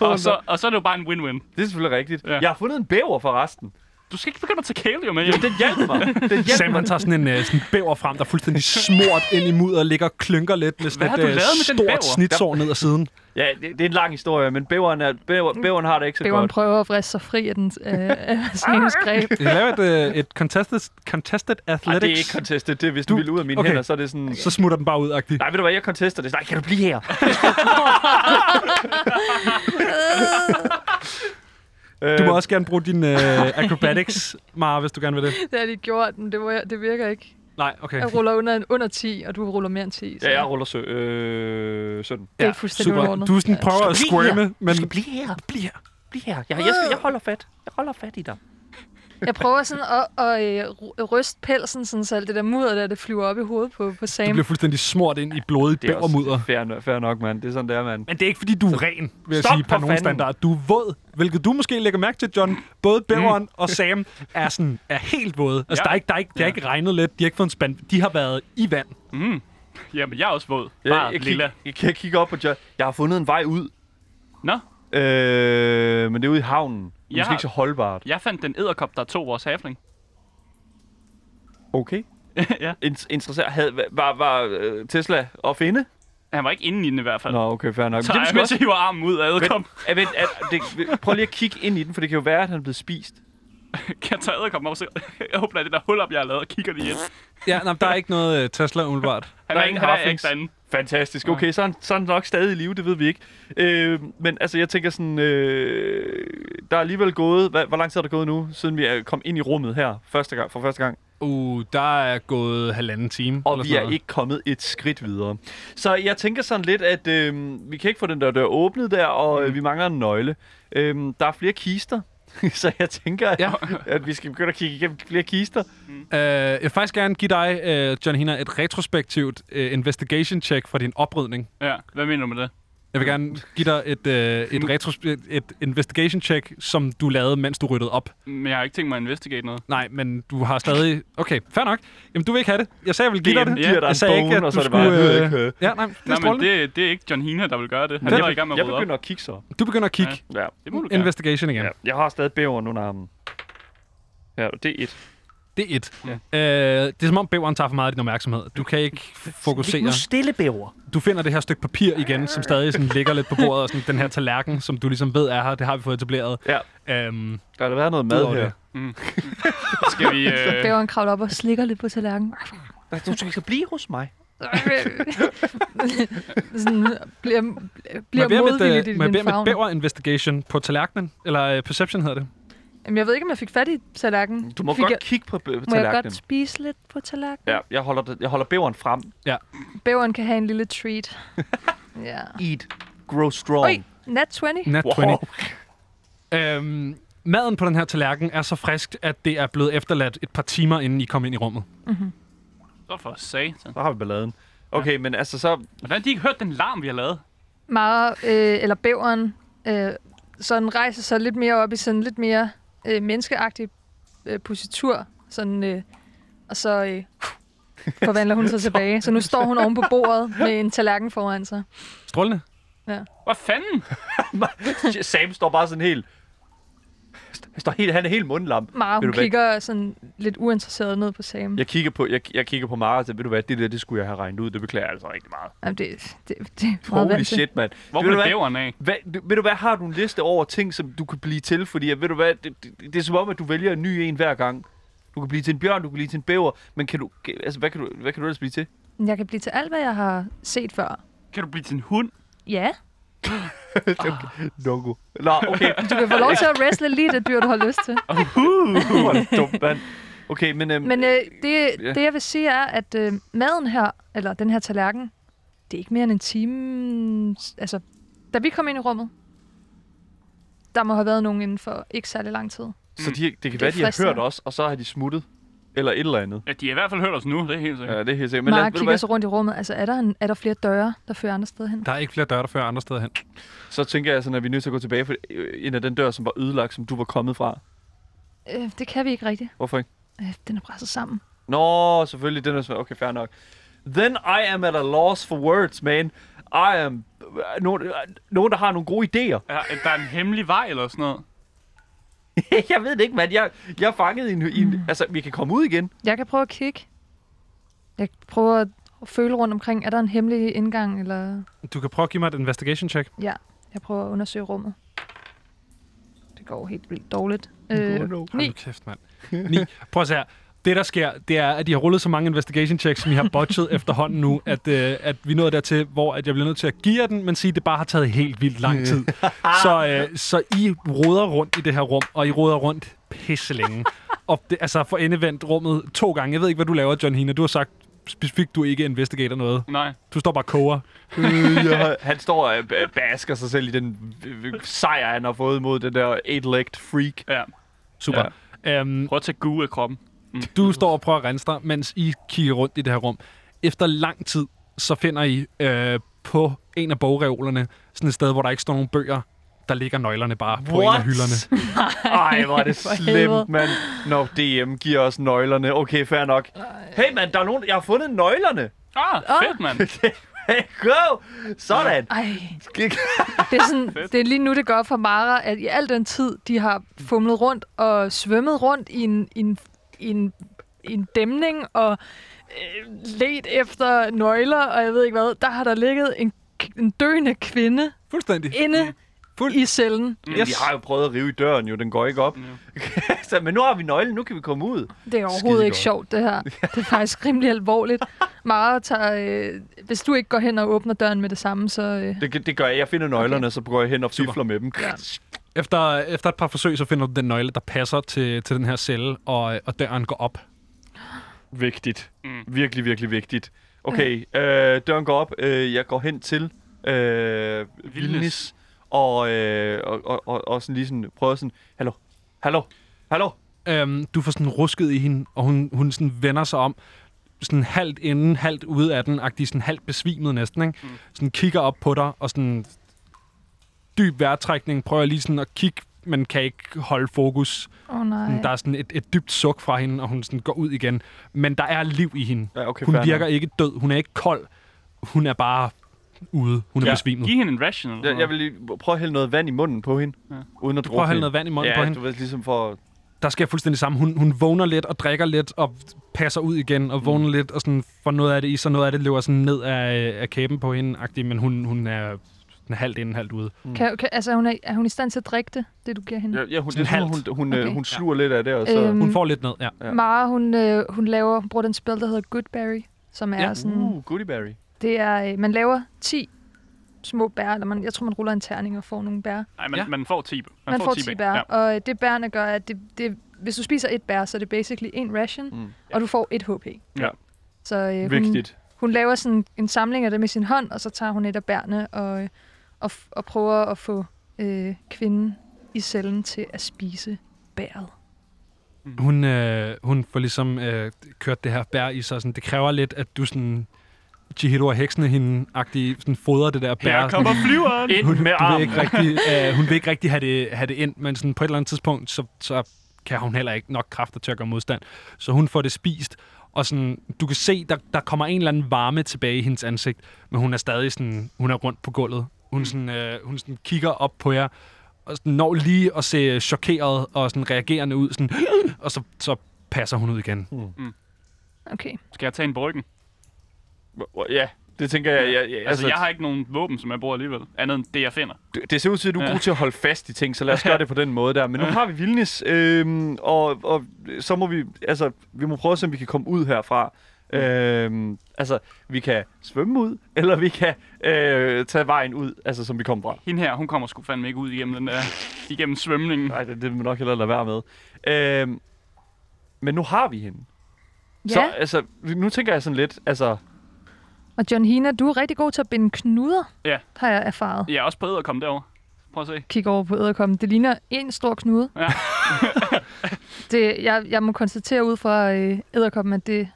Speaker 2: og, så, og så er det jo bare en win-win.
Speaker 3: Det er selvfølgelig rigtigt.
Speaker 2: Ja.
Speaker 3: Ja. Jeg har fundet en bæver forresten.
Speaker 2: Du skal ikke begynde at tage kæledyr med hjem.
Speaker 3: Den hjalp mig. Den hjalp
Speaker 1: Sam,
Speaker 3: mig.
Speaker 1: han tager sådan en øh, sådan en bæver frem, der er fuldstændig smurt ind i mudder, ligger og klynker lidt med sådan
Speaker 2: Hvad har
Speaker 1: et øh,
Speaker 2: du lavet med den bæver?
Speaker 1: stort snitsår ned ad siden.
Speaker 3: Ja, det, det, er en lang historie, men bæveren, er, bæver, bæveren har det ikke så
Speaker 4: Bæveren
Speaker 3: godt.
Speaker 4: prøver at vriste sig fri af den øh, snenes greb.
Speaker 1: Vi laver et, øh, et contested, contested
Speaker 3: Nej,
Speaker 1: athletics.
Speaker 3: det er ikke contestet. Det er, hvis
Speaker 1: Du-
Speaker 3: du vil ud af mine
Speaker 1: okay.
Speaker 3: okay. hænder, så er det sådan...
Speaker 1: så smutter den bare ud, agtig.
Speaker 3: Nej, ved du hvad, jeg contester det. Nej, kan du blive her? øh,
Speaker 1: Du må også gerne bruge din øh, acrobatics, Mara, hvis du gerne vil det.
Speaker 4: Det har de gjort, men det, var- det virker ikke.
Speaker 1: Nej, okay.
Speaker 4: Jeg ruller under, en- under 10, og du ruller mere end 10. Så
Speaker 3: Ja, jeg ruller sø, øh, 17.
Speaker 4: det er fuldstændig
Speaker 1: super.
Speaker 4: underordnet.
Speaker 1: Du sådan prøver at squirme, men
Speaker 3: blive her.
Speaker 1: bliv her.
Speaker 3: Bliv her. Jeg, jeg, skal, jeg holder fat. Jeg holder fat i dig.
Speaker 4: Jeg prøver sådan at, at, øh, ru- ryste pelsen, sådan, så alt det der mudder der, det flyver op i hovedet på, på
Speaker 1: Du
Speaker 4: Sam.
Speaker 1: bliver fuldstændig smurt ind i blodigt
Speaker 3: Det er
Speaker 1: bævermudder.
Speaker 3: også fair, no- fair nok, mand. Det er sådan, det er, mand.
Speaker 1: Men det er ikke, fordi du er ren, vil jeg
Speaker 3: Stop
Speaker 1: sige,
Speaker 3: for
Speaker 1: per nogen
Speaker 3: fanden.
Speaker 1: standard. Du er våd, hvilket du måske lægger mærke til, John. Både Bæveren mm. og Sam er, sådan, er helt våde. Altså, ja. der
Speaker 2: Ja.
Speaker 1: er ikke, der er ikke, det har ikke regnet lidt. De har ikke fået en spand. De har været i vand.
Speaker 2: Jamen, jeg er også våd. Bare
Speaker 3: jeg,
Speaker 2: lilla.
Speaker 3: Kig, jeg, jeg kigger op på John. Jeg har fundet en vej ud.
Speaker 2: Nå,
Speaker 3: Øh, men det er ude i havnen. Det er
Speaker 2: Jeg
Speaker 3: Måske
Speaker 2: har-
Speaker 3: ikke så holdbart.
Speaker 2: jeg fandt den æderkop, der tog vores halfling.
Speaker 3: Okay.
Speaker 2: ja.
Speaker 3: In- interessant. Havde, var var øh, Tesla at finde?
Speaker 2: Han var ikke inde i den i hvert fald.
Speaker 3: Nå, okay, fair nok.
Speaker 2: Så
Speaker 3: det
Speaker 2: jeg
Speaker 3: måske
Speaker 2: med til at hive armen ud af æderkom.
Speaker 3: Vent, er, vent, er, det, prøv lige at kigge ind i den, for det kan jo være, at han er blevet spist.
Speaker 2: Kan jeg tage æderkoppen op og se? Jeg håber, at det der hul op, jeg har lavet, og kigger lige ind.
Speaker 1: Ja, nej, der er ikke noget øh, Tesla umiddelbart.
Speaker 2: Han
Speaker 3: Der
Speaker 2: er,
Speaker 3: er
Speaker 2: ikke,
Speaker 3: ingen
Speaker 2: han er
Speaker 3: halflings.
Speaker 2: ikke derinde.
Speaker 3: Fantastisk. Okay, så er, han, så er han nok stadig i live, det ved vi ikke. Øh, men altså, jeg tænker sådan, øh, der er alligevel gået, hvad, hvor lang tid er der gået nu, siden vi er- kom ind i rummet her første gang, for første gang?
Speaker 1: Uh, der er gået halvanden time.
Speaker 3: Og vi er ikke kommet et skridt videre. Så jeg tænker sådan lidt, at øh, vi kan ikke få den der dør åbnet der, og øh, vi mangler en nøgle. Øh, der er flere kister. så jeg tænker, at,
Speaker 1: Ja.
Speaker 3: ja. at vi skal begynde at kigge igennem flere kister.
Speaker 1: Øh, jeg vil faktisk gerne give dig, øh, John Hina, et retrospektivt øh, investigation check fra din oprydning.
Speaker 2: Ja, hvad mener du med det?
Speaker 1: Jeg vil gerne give dig et, øh, et, retros- et, et investigation check, som du lavede, mens du ryddede op.
Speaker 2: Men jeg har ikke tænkt mig at investigate noget.
Speaker 1: Nej, men du har stadig... Okay, fair nok. Jamen, du vil ikke have det. Jeg sagde, jeg ville give dig
Speaker 2: Det er
Speaker 1: det.
Speaker 2: en-
Speaker 3: Giver dig
Speaker 1: Jeg
Speaker 3: en
Speaker 1: sagde
Speaker 3: bone,
Speaker 1: ikke, at
Speaker 3: og
Speaker 1: du
Speaker 3: så er det
Speaker 1: skulle...
Speaker 3: bare, jeg ved ikke,
Speaker 1: øh,
Speaker 3: øh.
Speaker 1: Ja, nej, det er
Speaker 2: Nej, men
Speaker 1: strålende.
Speaker 2: det, det er ikke John Hina, der vil gøre det. Han
Speaker 1: Det-
Speaker 2: er i gang med
Speaker 3: Jeg
Speaker 2: at rydde op.
Speaker 3: begynder at kigge så.
Speaker 1: Du begynder at kigge.
Speaker 2: Ja.
Speaker 3: Ja.
Speaker 2: Det må du gerne.
Speaker 1: Investigation igen.
Speaker 3: ja. Jeg har stadig bæveren under armen. Ja, det er et.
Speaker 1: Det er et. Øh, det er som om bæveren tager for meget af din opmærksomhed. Du kan ikke fokusere.
Speaker 3: stille, bæver.
Speaker 1: Du finder det her stykke papir igen, som stadig sådan ligger lidt på bordet, og sådan den her tallerken, som du ligesom ved er her. Det har vi fået etableret.
Speaker 3: Ja,
Speaker 1: Øhm,
Speaker 3: der har da været noget mad
Speaker 1: Udover
Speaker 3: her.
Speaker 1: det.
Speaker 3: Det.
Speaker 2: Skal vi... Øh...
Speaker 4: Bæveren kravler op og slikker lidt på tallerkenen.
Speaker 3: Jeg tror, du skal blive hos mig.
Speaker 4: Sådan, bliver
Speaker 1: må jeg bede
Speaker 4: bliver
Speaker 1: om et, øh,
Speaker 4: modvilligt i
Speaker 1: Må jeg bede om
Speaker 4: din
Speaker 1: et
Speaker 4: favn.
Speaker 1: bæver investigation på tallerkenen? Eller øh, perception hedder det.
Speaker 4: Jamen, jeg ved ikke, om jeg fik fat i tallerkenen.
Speaker 3: Du må
Speaker 4: fik
Speaker 3: godt
Speaker 4: jeg,
Speaker 3: kigge på, på
Speaker 4: Må jeg
Speaker 3: tallerkenen.
Speaker 4: godt spise lidt på tallerkenen?
Speaker 3: Ja, jeg holder, det- jeg holder bæveren frem.
Speaker 4: Bæveren kan have en lille treat. ja.
Speaker 3: Eat. Grow strong.
Speaker 4: Oj, nat 20.
Speaker 1: Nat
Speaker 3: Wow.
Speaker 1: 20. Øhm, maden på den her tallerken er så frisk, at det er blevet efterladt et par timer, inden I kom ind i rummet.
Speaker 2: Så for satan.
Speaker 3: Så har vi balladen. Okay, men altså så...
Speaker 2: Hvordan har de ikke hørt den larm, vi har lavet?
Speaker 4: Mara, øh, eller bæveren, øh, sådan rejser sig lidt mere op i sådan lidt mere øh, menneskeagtig øh, positur. Sådan, øh, og så øh, forvandler hun sig tilbage. Så nu står hun oven på bordet med en tallerken foran sig.
Speaker 1: Strålende.
Speaker 2: Hvad fanden?
Speaker 3: Sam står bare sådan helt... Han, står helt, han er helt mundlam.
Speaker 4: Mara,
Speaker 3: Ved
Speaker 4: hun
Speaker 3: du hvad?
Speaker 4: kigger sådan lidt uinteresseret ned på Sam.
Speaker 3: Jeg kigger på, jeg, jeg kigger på Mara og siger, ved du hvad, det der, det skulle jeg have regnet ud. Det beklager jeg altså rigtig meget.
Speaker 4: Jamen, det, det, det er meget
Speaker 3: Holy
Speaker 4: vant til.
Speaker 3: shit, mand.
Speaker 2: Hvor
Speaker 3: Ved du
Speaker 2: blev
Speaker 3: hvad?
Speaker 2: bæveren af?
Speaker 3: Hvad, du- ved du hvad, har du en liste over ting, som du kan blive til? Fordi at, ved du hvad, det, det, det er som om, at du vælger en ny en hver gang. Du kan blive til en bjørn, du kan blive til en bæver, men kan du, kan- altså, hvad, kan du, hvad kan du ellers blive til?
Speaker 4: Jeg kan blive til alt, hvad jeg har set før.
Speaker 2: Kan du blive til en hund?
Speaker 4: Ja,
Speaker 3: Nongo. Nå, okay.
Speaker 4: du kan få lov til at wrestle lige det dyr, du har lyst til.
Speaker 3: Uh, hvor er det dumt, mand. Okay, men, øhm,
Speaker 4: Men øh, det,
Speaker 3: Ja.
Speaker 4: det, jeg vil sige, er, at øh, maden her, eller den her tallerken, det er ikke mere end en time... Altså, da vi kom ind i rummet, der må have været nogen inden for ikke særlig lang tid.
Speaker 3: så de, det kan
Speaker 4: er
Speaker 3: være, de har
Speaker 4: fristende.
Speaker 3: hørt os, og så har de smuttet. Eller et eller andet.
Speaker 2: Ja, de har i hvert fald hørt os nu, det er helt sikkert.
Speaker 3: Ja, det er helt sikkert. Men
Speaker 4: Men
Speaker 3: lad,
Speaker 4: Mark
Speaker 3: ved du
Speaker 4: kigger
Speaker 3: hvad,
Speaker 4: så rundt i rummet. Altså, er der, en, er der flere døre, der fører andre steder hen?
Speaker 1: Der er ikke flere døre, der fører andre steder hen.
Speaker 3: så tænker jeg sådan, at vi er nødt til at gå tilbage for øh, en af den dør, som var ødelagt, som du var kommet fra.
Speaker 4: Øh, det kan vi ikke rigtigt.
Speaker 3: Hvorfor ikke?
Speaker 4: Øh, den er presset sammen.
Speaker 3: Nå, selvfølgelig, den er svært. Okay, fair nok. Then I am at a loss for words, man. I am... Nogen, øh, nogen der har nogle gode idéer.
Speaker 2: Ja. Er der en hemmelig vej eller sådan noget?
Speaker 3: jeg ved det ikke, mand. Jeg, jeg er fanget i en, i en... Altså, vi kan komme ud igen.
Speaker 4: Jeg kan prøve at kigge. Jeg prøver at føle rundt omkring, er der en hemmelig indgang, eller...
Speaker 1: Du kan prøve at give mig et investigation check.
Speaker 4: Ja, jeg prøver at undersøge rummet. Det går helt vildt dårligt. Øh,
Speaker 3: Oh, no.
Speaker 1: Hold nu kæft, mand. Ni. Prøv at se her. Det, der sker, det er, at de har rullet så mange investigation checks, som I har botchet efterhånden nu, at, øh, at vi nåede dertil, hvor at jeg bliver nødt til at give jer den, men sige, at det bare har taget helt vildt lang tid. så, øh, så I roder rundt i det her rum, og I roder rundt pisse længe. og det, altså for endevendt rummet to gange. Jeg ved ikke, hvad du laver, John Hina. Du har sagt specifikt, du ikke investigator noget.
Speaker 2: Nej.
Speaker 1: Du står bare og koger.
Speaker 3: Øh, jeg, han står og øh, basker sig selv i den øh, øh, sejr, han har fået mod den der eight-legged freak.
Speaker 2: Ja.
Speaker 1: Super. Ja. Øhm,
Speaker 2: Prøv at tage gue af kroppen.
Speaker 1: Du står og prøver at rense dig, mens I kigger rundt i det her rum. Efter lang tid, så finder I øh, på en af bogreolerne sådan et sted, hvor der ikke står nogen bøger. Der ligger nøglerne bare på en af hylderne.
Speaker 3: Ej, hvor er det
Speaker 4: for helvede.
Speaker 3: slemt, mand. Nå, DM giver os nøglerne. Okay, fair nok. Hey, mand, der er nogen... Jeg har fundet nøglerne.
Speaker 2: Ah, fedt, mand.
Speaker 3: Hey, go! Sådan.
Speaker 4: Ej, det er, sådan, det er lige nu, det går op for Mara, at i al den tid, de har fumlet rundt og svømmet rundt i en, i en, i en, i en dæmning og øh, let efter nøgler og jeg ved ikke hvad, der har der ligget en, k- en døende kvinde
Speaker 1: Fuldstændig.
Speaker 4: inde
Speaker 1: Fuld-
Speaker 4: i cellen.
Speaker 3: Yes. Vi har jo prøvet at rive i døren, jo. Den går ikke op. så, men nu har vi nøglen. Nu kan vi komme ud.
Speaker 4: Det er overhovedet
Speaker 3: Skidegodt.
Speaker 4: ikke sjovt, det her. Det er faktisk rimelig alvorligt. Mara tager... Øh, hvis du ikke går hen og åbner døren med det samme, så... Øh,
Speaker 3: Det, det gør jeg. Jeg finder nøglerne, okay. så går jeg hen og fifler med dem.
Speaker 4: Ja.
Speaker 1: Efter, efter et par forsøg, så finder du den nøgle, der passer til, til den her celle, og, og døren går op.
Speaker 3: Vigtigt.
Speaker 2: Mm.
Speaker 3: Virkelig, virkelig vigtigt. Okay, øh, døren går op. Øh, jeg går hen til øh, Vildnis. Og, øh, og, og, og, og sådan lige sådan, prøver sådan, hallo, Hallo? Hallo?
Speaker 1: Øhm, du får sådan rusket i hende, og hun, hun sådan vender sig om, sådan halvt inden, halvt ude af den, agtig sådan halvt besvimet næsten, ikke? Mm. Sådan kigger op på dig, og sådan dyb vejrtrækning, prøver lige sådan at kigge, men kan ikke holde fokus.
Speaker 4: Åh oh, nej.
Speaker 1: Sådan, Mm. der er sådan et, et dybt suk fra hende, og hun sådan går ud igen. Men der er liv i hende.
Speaker 3: Ja, okay,
Speaker 1: Hun
Speaker 3: fair
Speaker 1: virker
Speaker 3: nok.
Speaker 1: ikke død, hun er ikke kold, hun er bare ude, hun er
Speaker 3: Ja,
Speaker 1: ja. besvimet.
Speaker 2: Giv hende en ration. eller
Speaker 3: Jeg, jeg vil lige prøve at hælde noget vand i munden på hende,
Speaker 2: Ja.
Speaker 3: ja. uden at
Speaker 1: Du prøver at
Speaker 3: drukne
Speaker 1: hælde
Speaker 3: hende.
Speaker 1: noget vand i munden
Speaker 3: ja,
Speaker 1: på hende. Mm.
Speaker 3: du ved, ligesom for...
Speaker 1: der sker fuldstændig samme. Hun, hun vågner lidt og drikker lidt og passer ud igen og vågner lidt og sådan får noget af det i, så noget af det løber sådan ned af, af kæben på hende, -agtig, men hun, hun er sådan halvt inden, halvt ude.
Speaker 4: Kan, kan, altså, er hun er, er hun i stand til at drikke det, det du giver hende?
Speaker 3: Ja, ja hun, det
Speaker 1: Sådan
Speaker 3: er sådan,
Speaker 1: halvt.
Speaker 3: hun, hun, okay.
Speaker 4: Okay.
Speaker 3: hun sluger lidt af det, og så...
Speaker 4: Øhm,
Speaker 1: Hun får lidt ned, ja.
Speaker 3: Ja.
Speaker 4: Ja. Mara, hun, øh, hun laver, hun bruger den spil, der hedder Goodberry, som er
Speaker 1: Ja.
Speaker 4: ja. sådan,
Speaker 3: Uh, goodieberry.
Speaker 4: det er, øh, man laver 10 små bær, eller man, jeg tror, man ruller en terning og får nogle bær. Man,
Speaker 2: Nej, man,
Speaker 1: Ja.
Speaker 2: ja. man får 10. Man,
Speaker 4: man får 10
Speaker 2: bæk.
Speaker 4: bær,
Speaker 2: Ja.
Speaker 4: ja. og øh, det bærne gør, at det, det, hvis du spiser et bær, så er det basically en ration,
Speaker 3: Mm.
Speaker 4: mm. og du får et HP.
Speaker 3: Ja.
Speaker 4: Så
Speaker 3: Øhm.
Speaker 4: øh, hun,
Speaker 3: Vigtigt.
Speaker 4: hun laver sådan en samling af dem i sin hånd, og så tager hun et af bærene og, øh, og, f- og prøver at få øh, kvinden i cellen til at spise bæret.
Speaker 1: Hun, øh, hun får ligesom øh, kørt det her bær i sig. Sådan, det kræver lidt, at du sådan... Chihiro og heksene hende agtig, sådan fodrer det der bær.
Speaker 2: Her
Speaker 1: Sådan,
Speaker 2: kommer flyveren.
Speaker 1: hun,
Speaker 2: Ind med
Speaker 1: du vil
Speaker 2: armen.
Speaker 1: ikke rigtig, øh, hun vil ikke rigtig have det, have det ind, men sådan på et eller andet tidspunkt, så, så kan hun heller ikke nok kræfter til at gøre modstand. Så hun får det spist, og sådan, du kan se, der, der kommer en eller anden varme tilbage i hendes ansigt, men hun er stadig sådan, hun er rundt på gulvet. Hun, sådan, øh, hun sådan kigger op på jer, og sådan når lige at se chokeret og sådan reagerende ud, sådan, og så, så passer hun ud igen.
Speaker 4: Okay.
Speaker 2: Skal jeg tage en bryggen?
Speaker 3: Ja, det tænker jeg. jeg, jeg
Speaker 2: Altså, altså, jeg har ikke nogen våben, som jeg bruger alligevel. Andet end det, jeg finder.
Speaker 3: det- Det ser ud til, at du er
Speaker 2: Ja.
Speaker 3: god til at holde fast i ting, så lad os gøre det på den måde der. Men nu har vi Vilnis, øhm, og, og så må vi, altså, vi må prøve at se, om vi kan komme ud herfra. Øhm, altså, vi kan svømme ud, eller vi kan øh, tage vejen ud, altså som vi kom fra.
Speaker 2: Hende her, hun kommer sgu fandme ikke ud igennem den der... igennem svømningen.
Speaker 3: Nej, det, det vil man nok hellere lade være med. Øhm, men nu har vi hende.
Speaker 4: Ja,
Speaker 3: Så altså, nu tænker jeg sådan lidt, altså,
Speaker 4: og John Hina, du er rigtig god til at binde knuder,
Speaker 2: Ja.
Speaker 4: har jeg erfaret.
Speaker 2: Jeg er også på at komme derover. Prøv at se.
Speaker 4: Kig over på æderkommen. Det ligner en stor knude.
Speaker 2: Ja.
Speaker 4: det, jeg, jeg må konstatere ud fra øh, æderkommen, at det,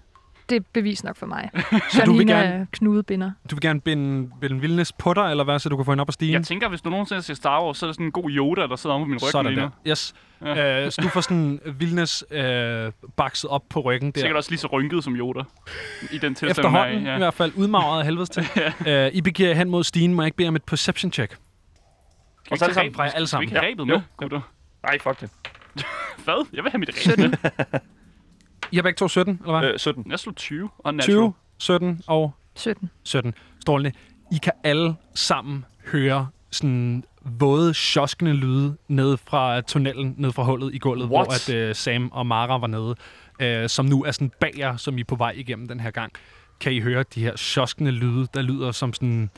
Speaker 4: det er bevis nok for mig.
Speaker 1: Så
Speaker 4: John
Speaker 1: du vil,
Speaker 4: Hina
Speaker 1: gerne,
Speaker 4: er knudebinder.
Speaker 1: du vil gerne binde, binde Vilnes på dig, eller hvad, så du kan få hende op og stige?
Speaker 2: Jeg tænker, hvis du nogensinde ser Star Wars, så er der sådan en god Yoda, der sidder omme på min ryg
Speaker 1: Sådan
Speaker 2: lige
Speaker 1: der.
Speaker 2: nu.
Speaker 1: Yes. Ja. Øh, så du får sådan Vilnes øh, bakset op på ryggen der.
Speaker 2: Sikkert også lige så rynket som Yoda. I den tilstand, hun er i.
Speaker 1: Efterhånden, i
Speaker 2: Ja.
Speaker 1: hvert fald udmagret af helvedes til. øh, I begiver jer hen mod stigen, må jeg ikke bede om et perception check.
Speaker 2: Kan
Speaker 3: Og så er det sammen
Speaker 1: fra jer alle
Speaker 2: Vi
Speaker 1: sammen.
Speaker 2: kan rebet med, gutter.
Speaker 3: nej, fuck det.
Speaker 2: Hvad? Jeg vil have mit reb
Speaker 4: 17.
Speaker 2: med.
Speaker 1: I har begge to 17, eller hvad?
Speaker 3: Øh, 17.
Speaker 2: Jeg slog 20
Speaker 1: 20,
Speaker 2: og natural.
Speaker 1: 17 og
Speaker 4: 17.
Speaker 1: 17. Strålende. I kan alle sammen høre sådan våde, sjoskende lyde ned fra tunnelen, ned fra hullet i gulvet,
Speaker 3: What?
Speaker 1: hvor at, øh, Sam og Mara var nede, øh, som nu er sådan bag jer, som I er på vej igennem den her gang. Kan I høre de her sjoskende lyde, der lyder som sådan...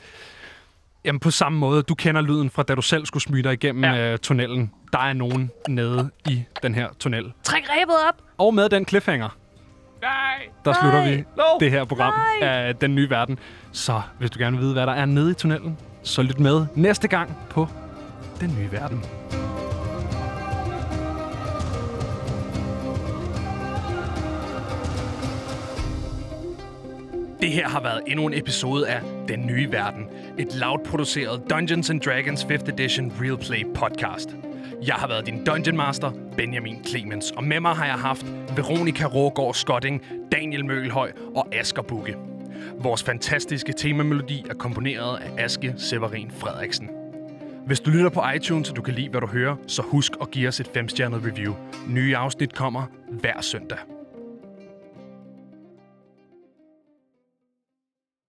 Speaker 1: Jamen på samme måde, du kender lyden fra, da du selv skulle smyge dig igennem ja.
Speaker 2: Ja.
Speaker 1: øh, tunnelen. Der er nogen nede i den her tunnel.
Speaker 4: Træk rebet op!
Speaker 1: Og med den cliffhanger,
Speaker 2: Nej!
Speaker 1: der
Speaker 4: Nej.
Speaker 1: slutter vi
Speaker 3: No.
Speaker 1: det her program
Speaker 4: Nej.
Speaker 1: af Den Nye Verden. Så hvis du gerne vil vide, hvad der er nede i tunnelen, så lyt med næste gang på Den Nye Verden. Det her har været endnu en episode af Den Nye Verden, et loud-produceret Dungeons and Dragons 5th Edition Real Play podcast. Jeg har været din Dungeon Master, Benjamin Clemens, og med mig har jeg haft Veronika Rågaard Skotting, Daniel Mølhøj og Asger Bukke. Vores fantastiske temamelodi er komponeret af Aske Severin Frederiksen. Hvis du lytter på iTunes, og du kan lide, hvad du hører, så husk at give os et 5-stjernet review. Nye afsnit kommer hver søndag.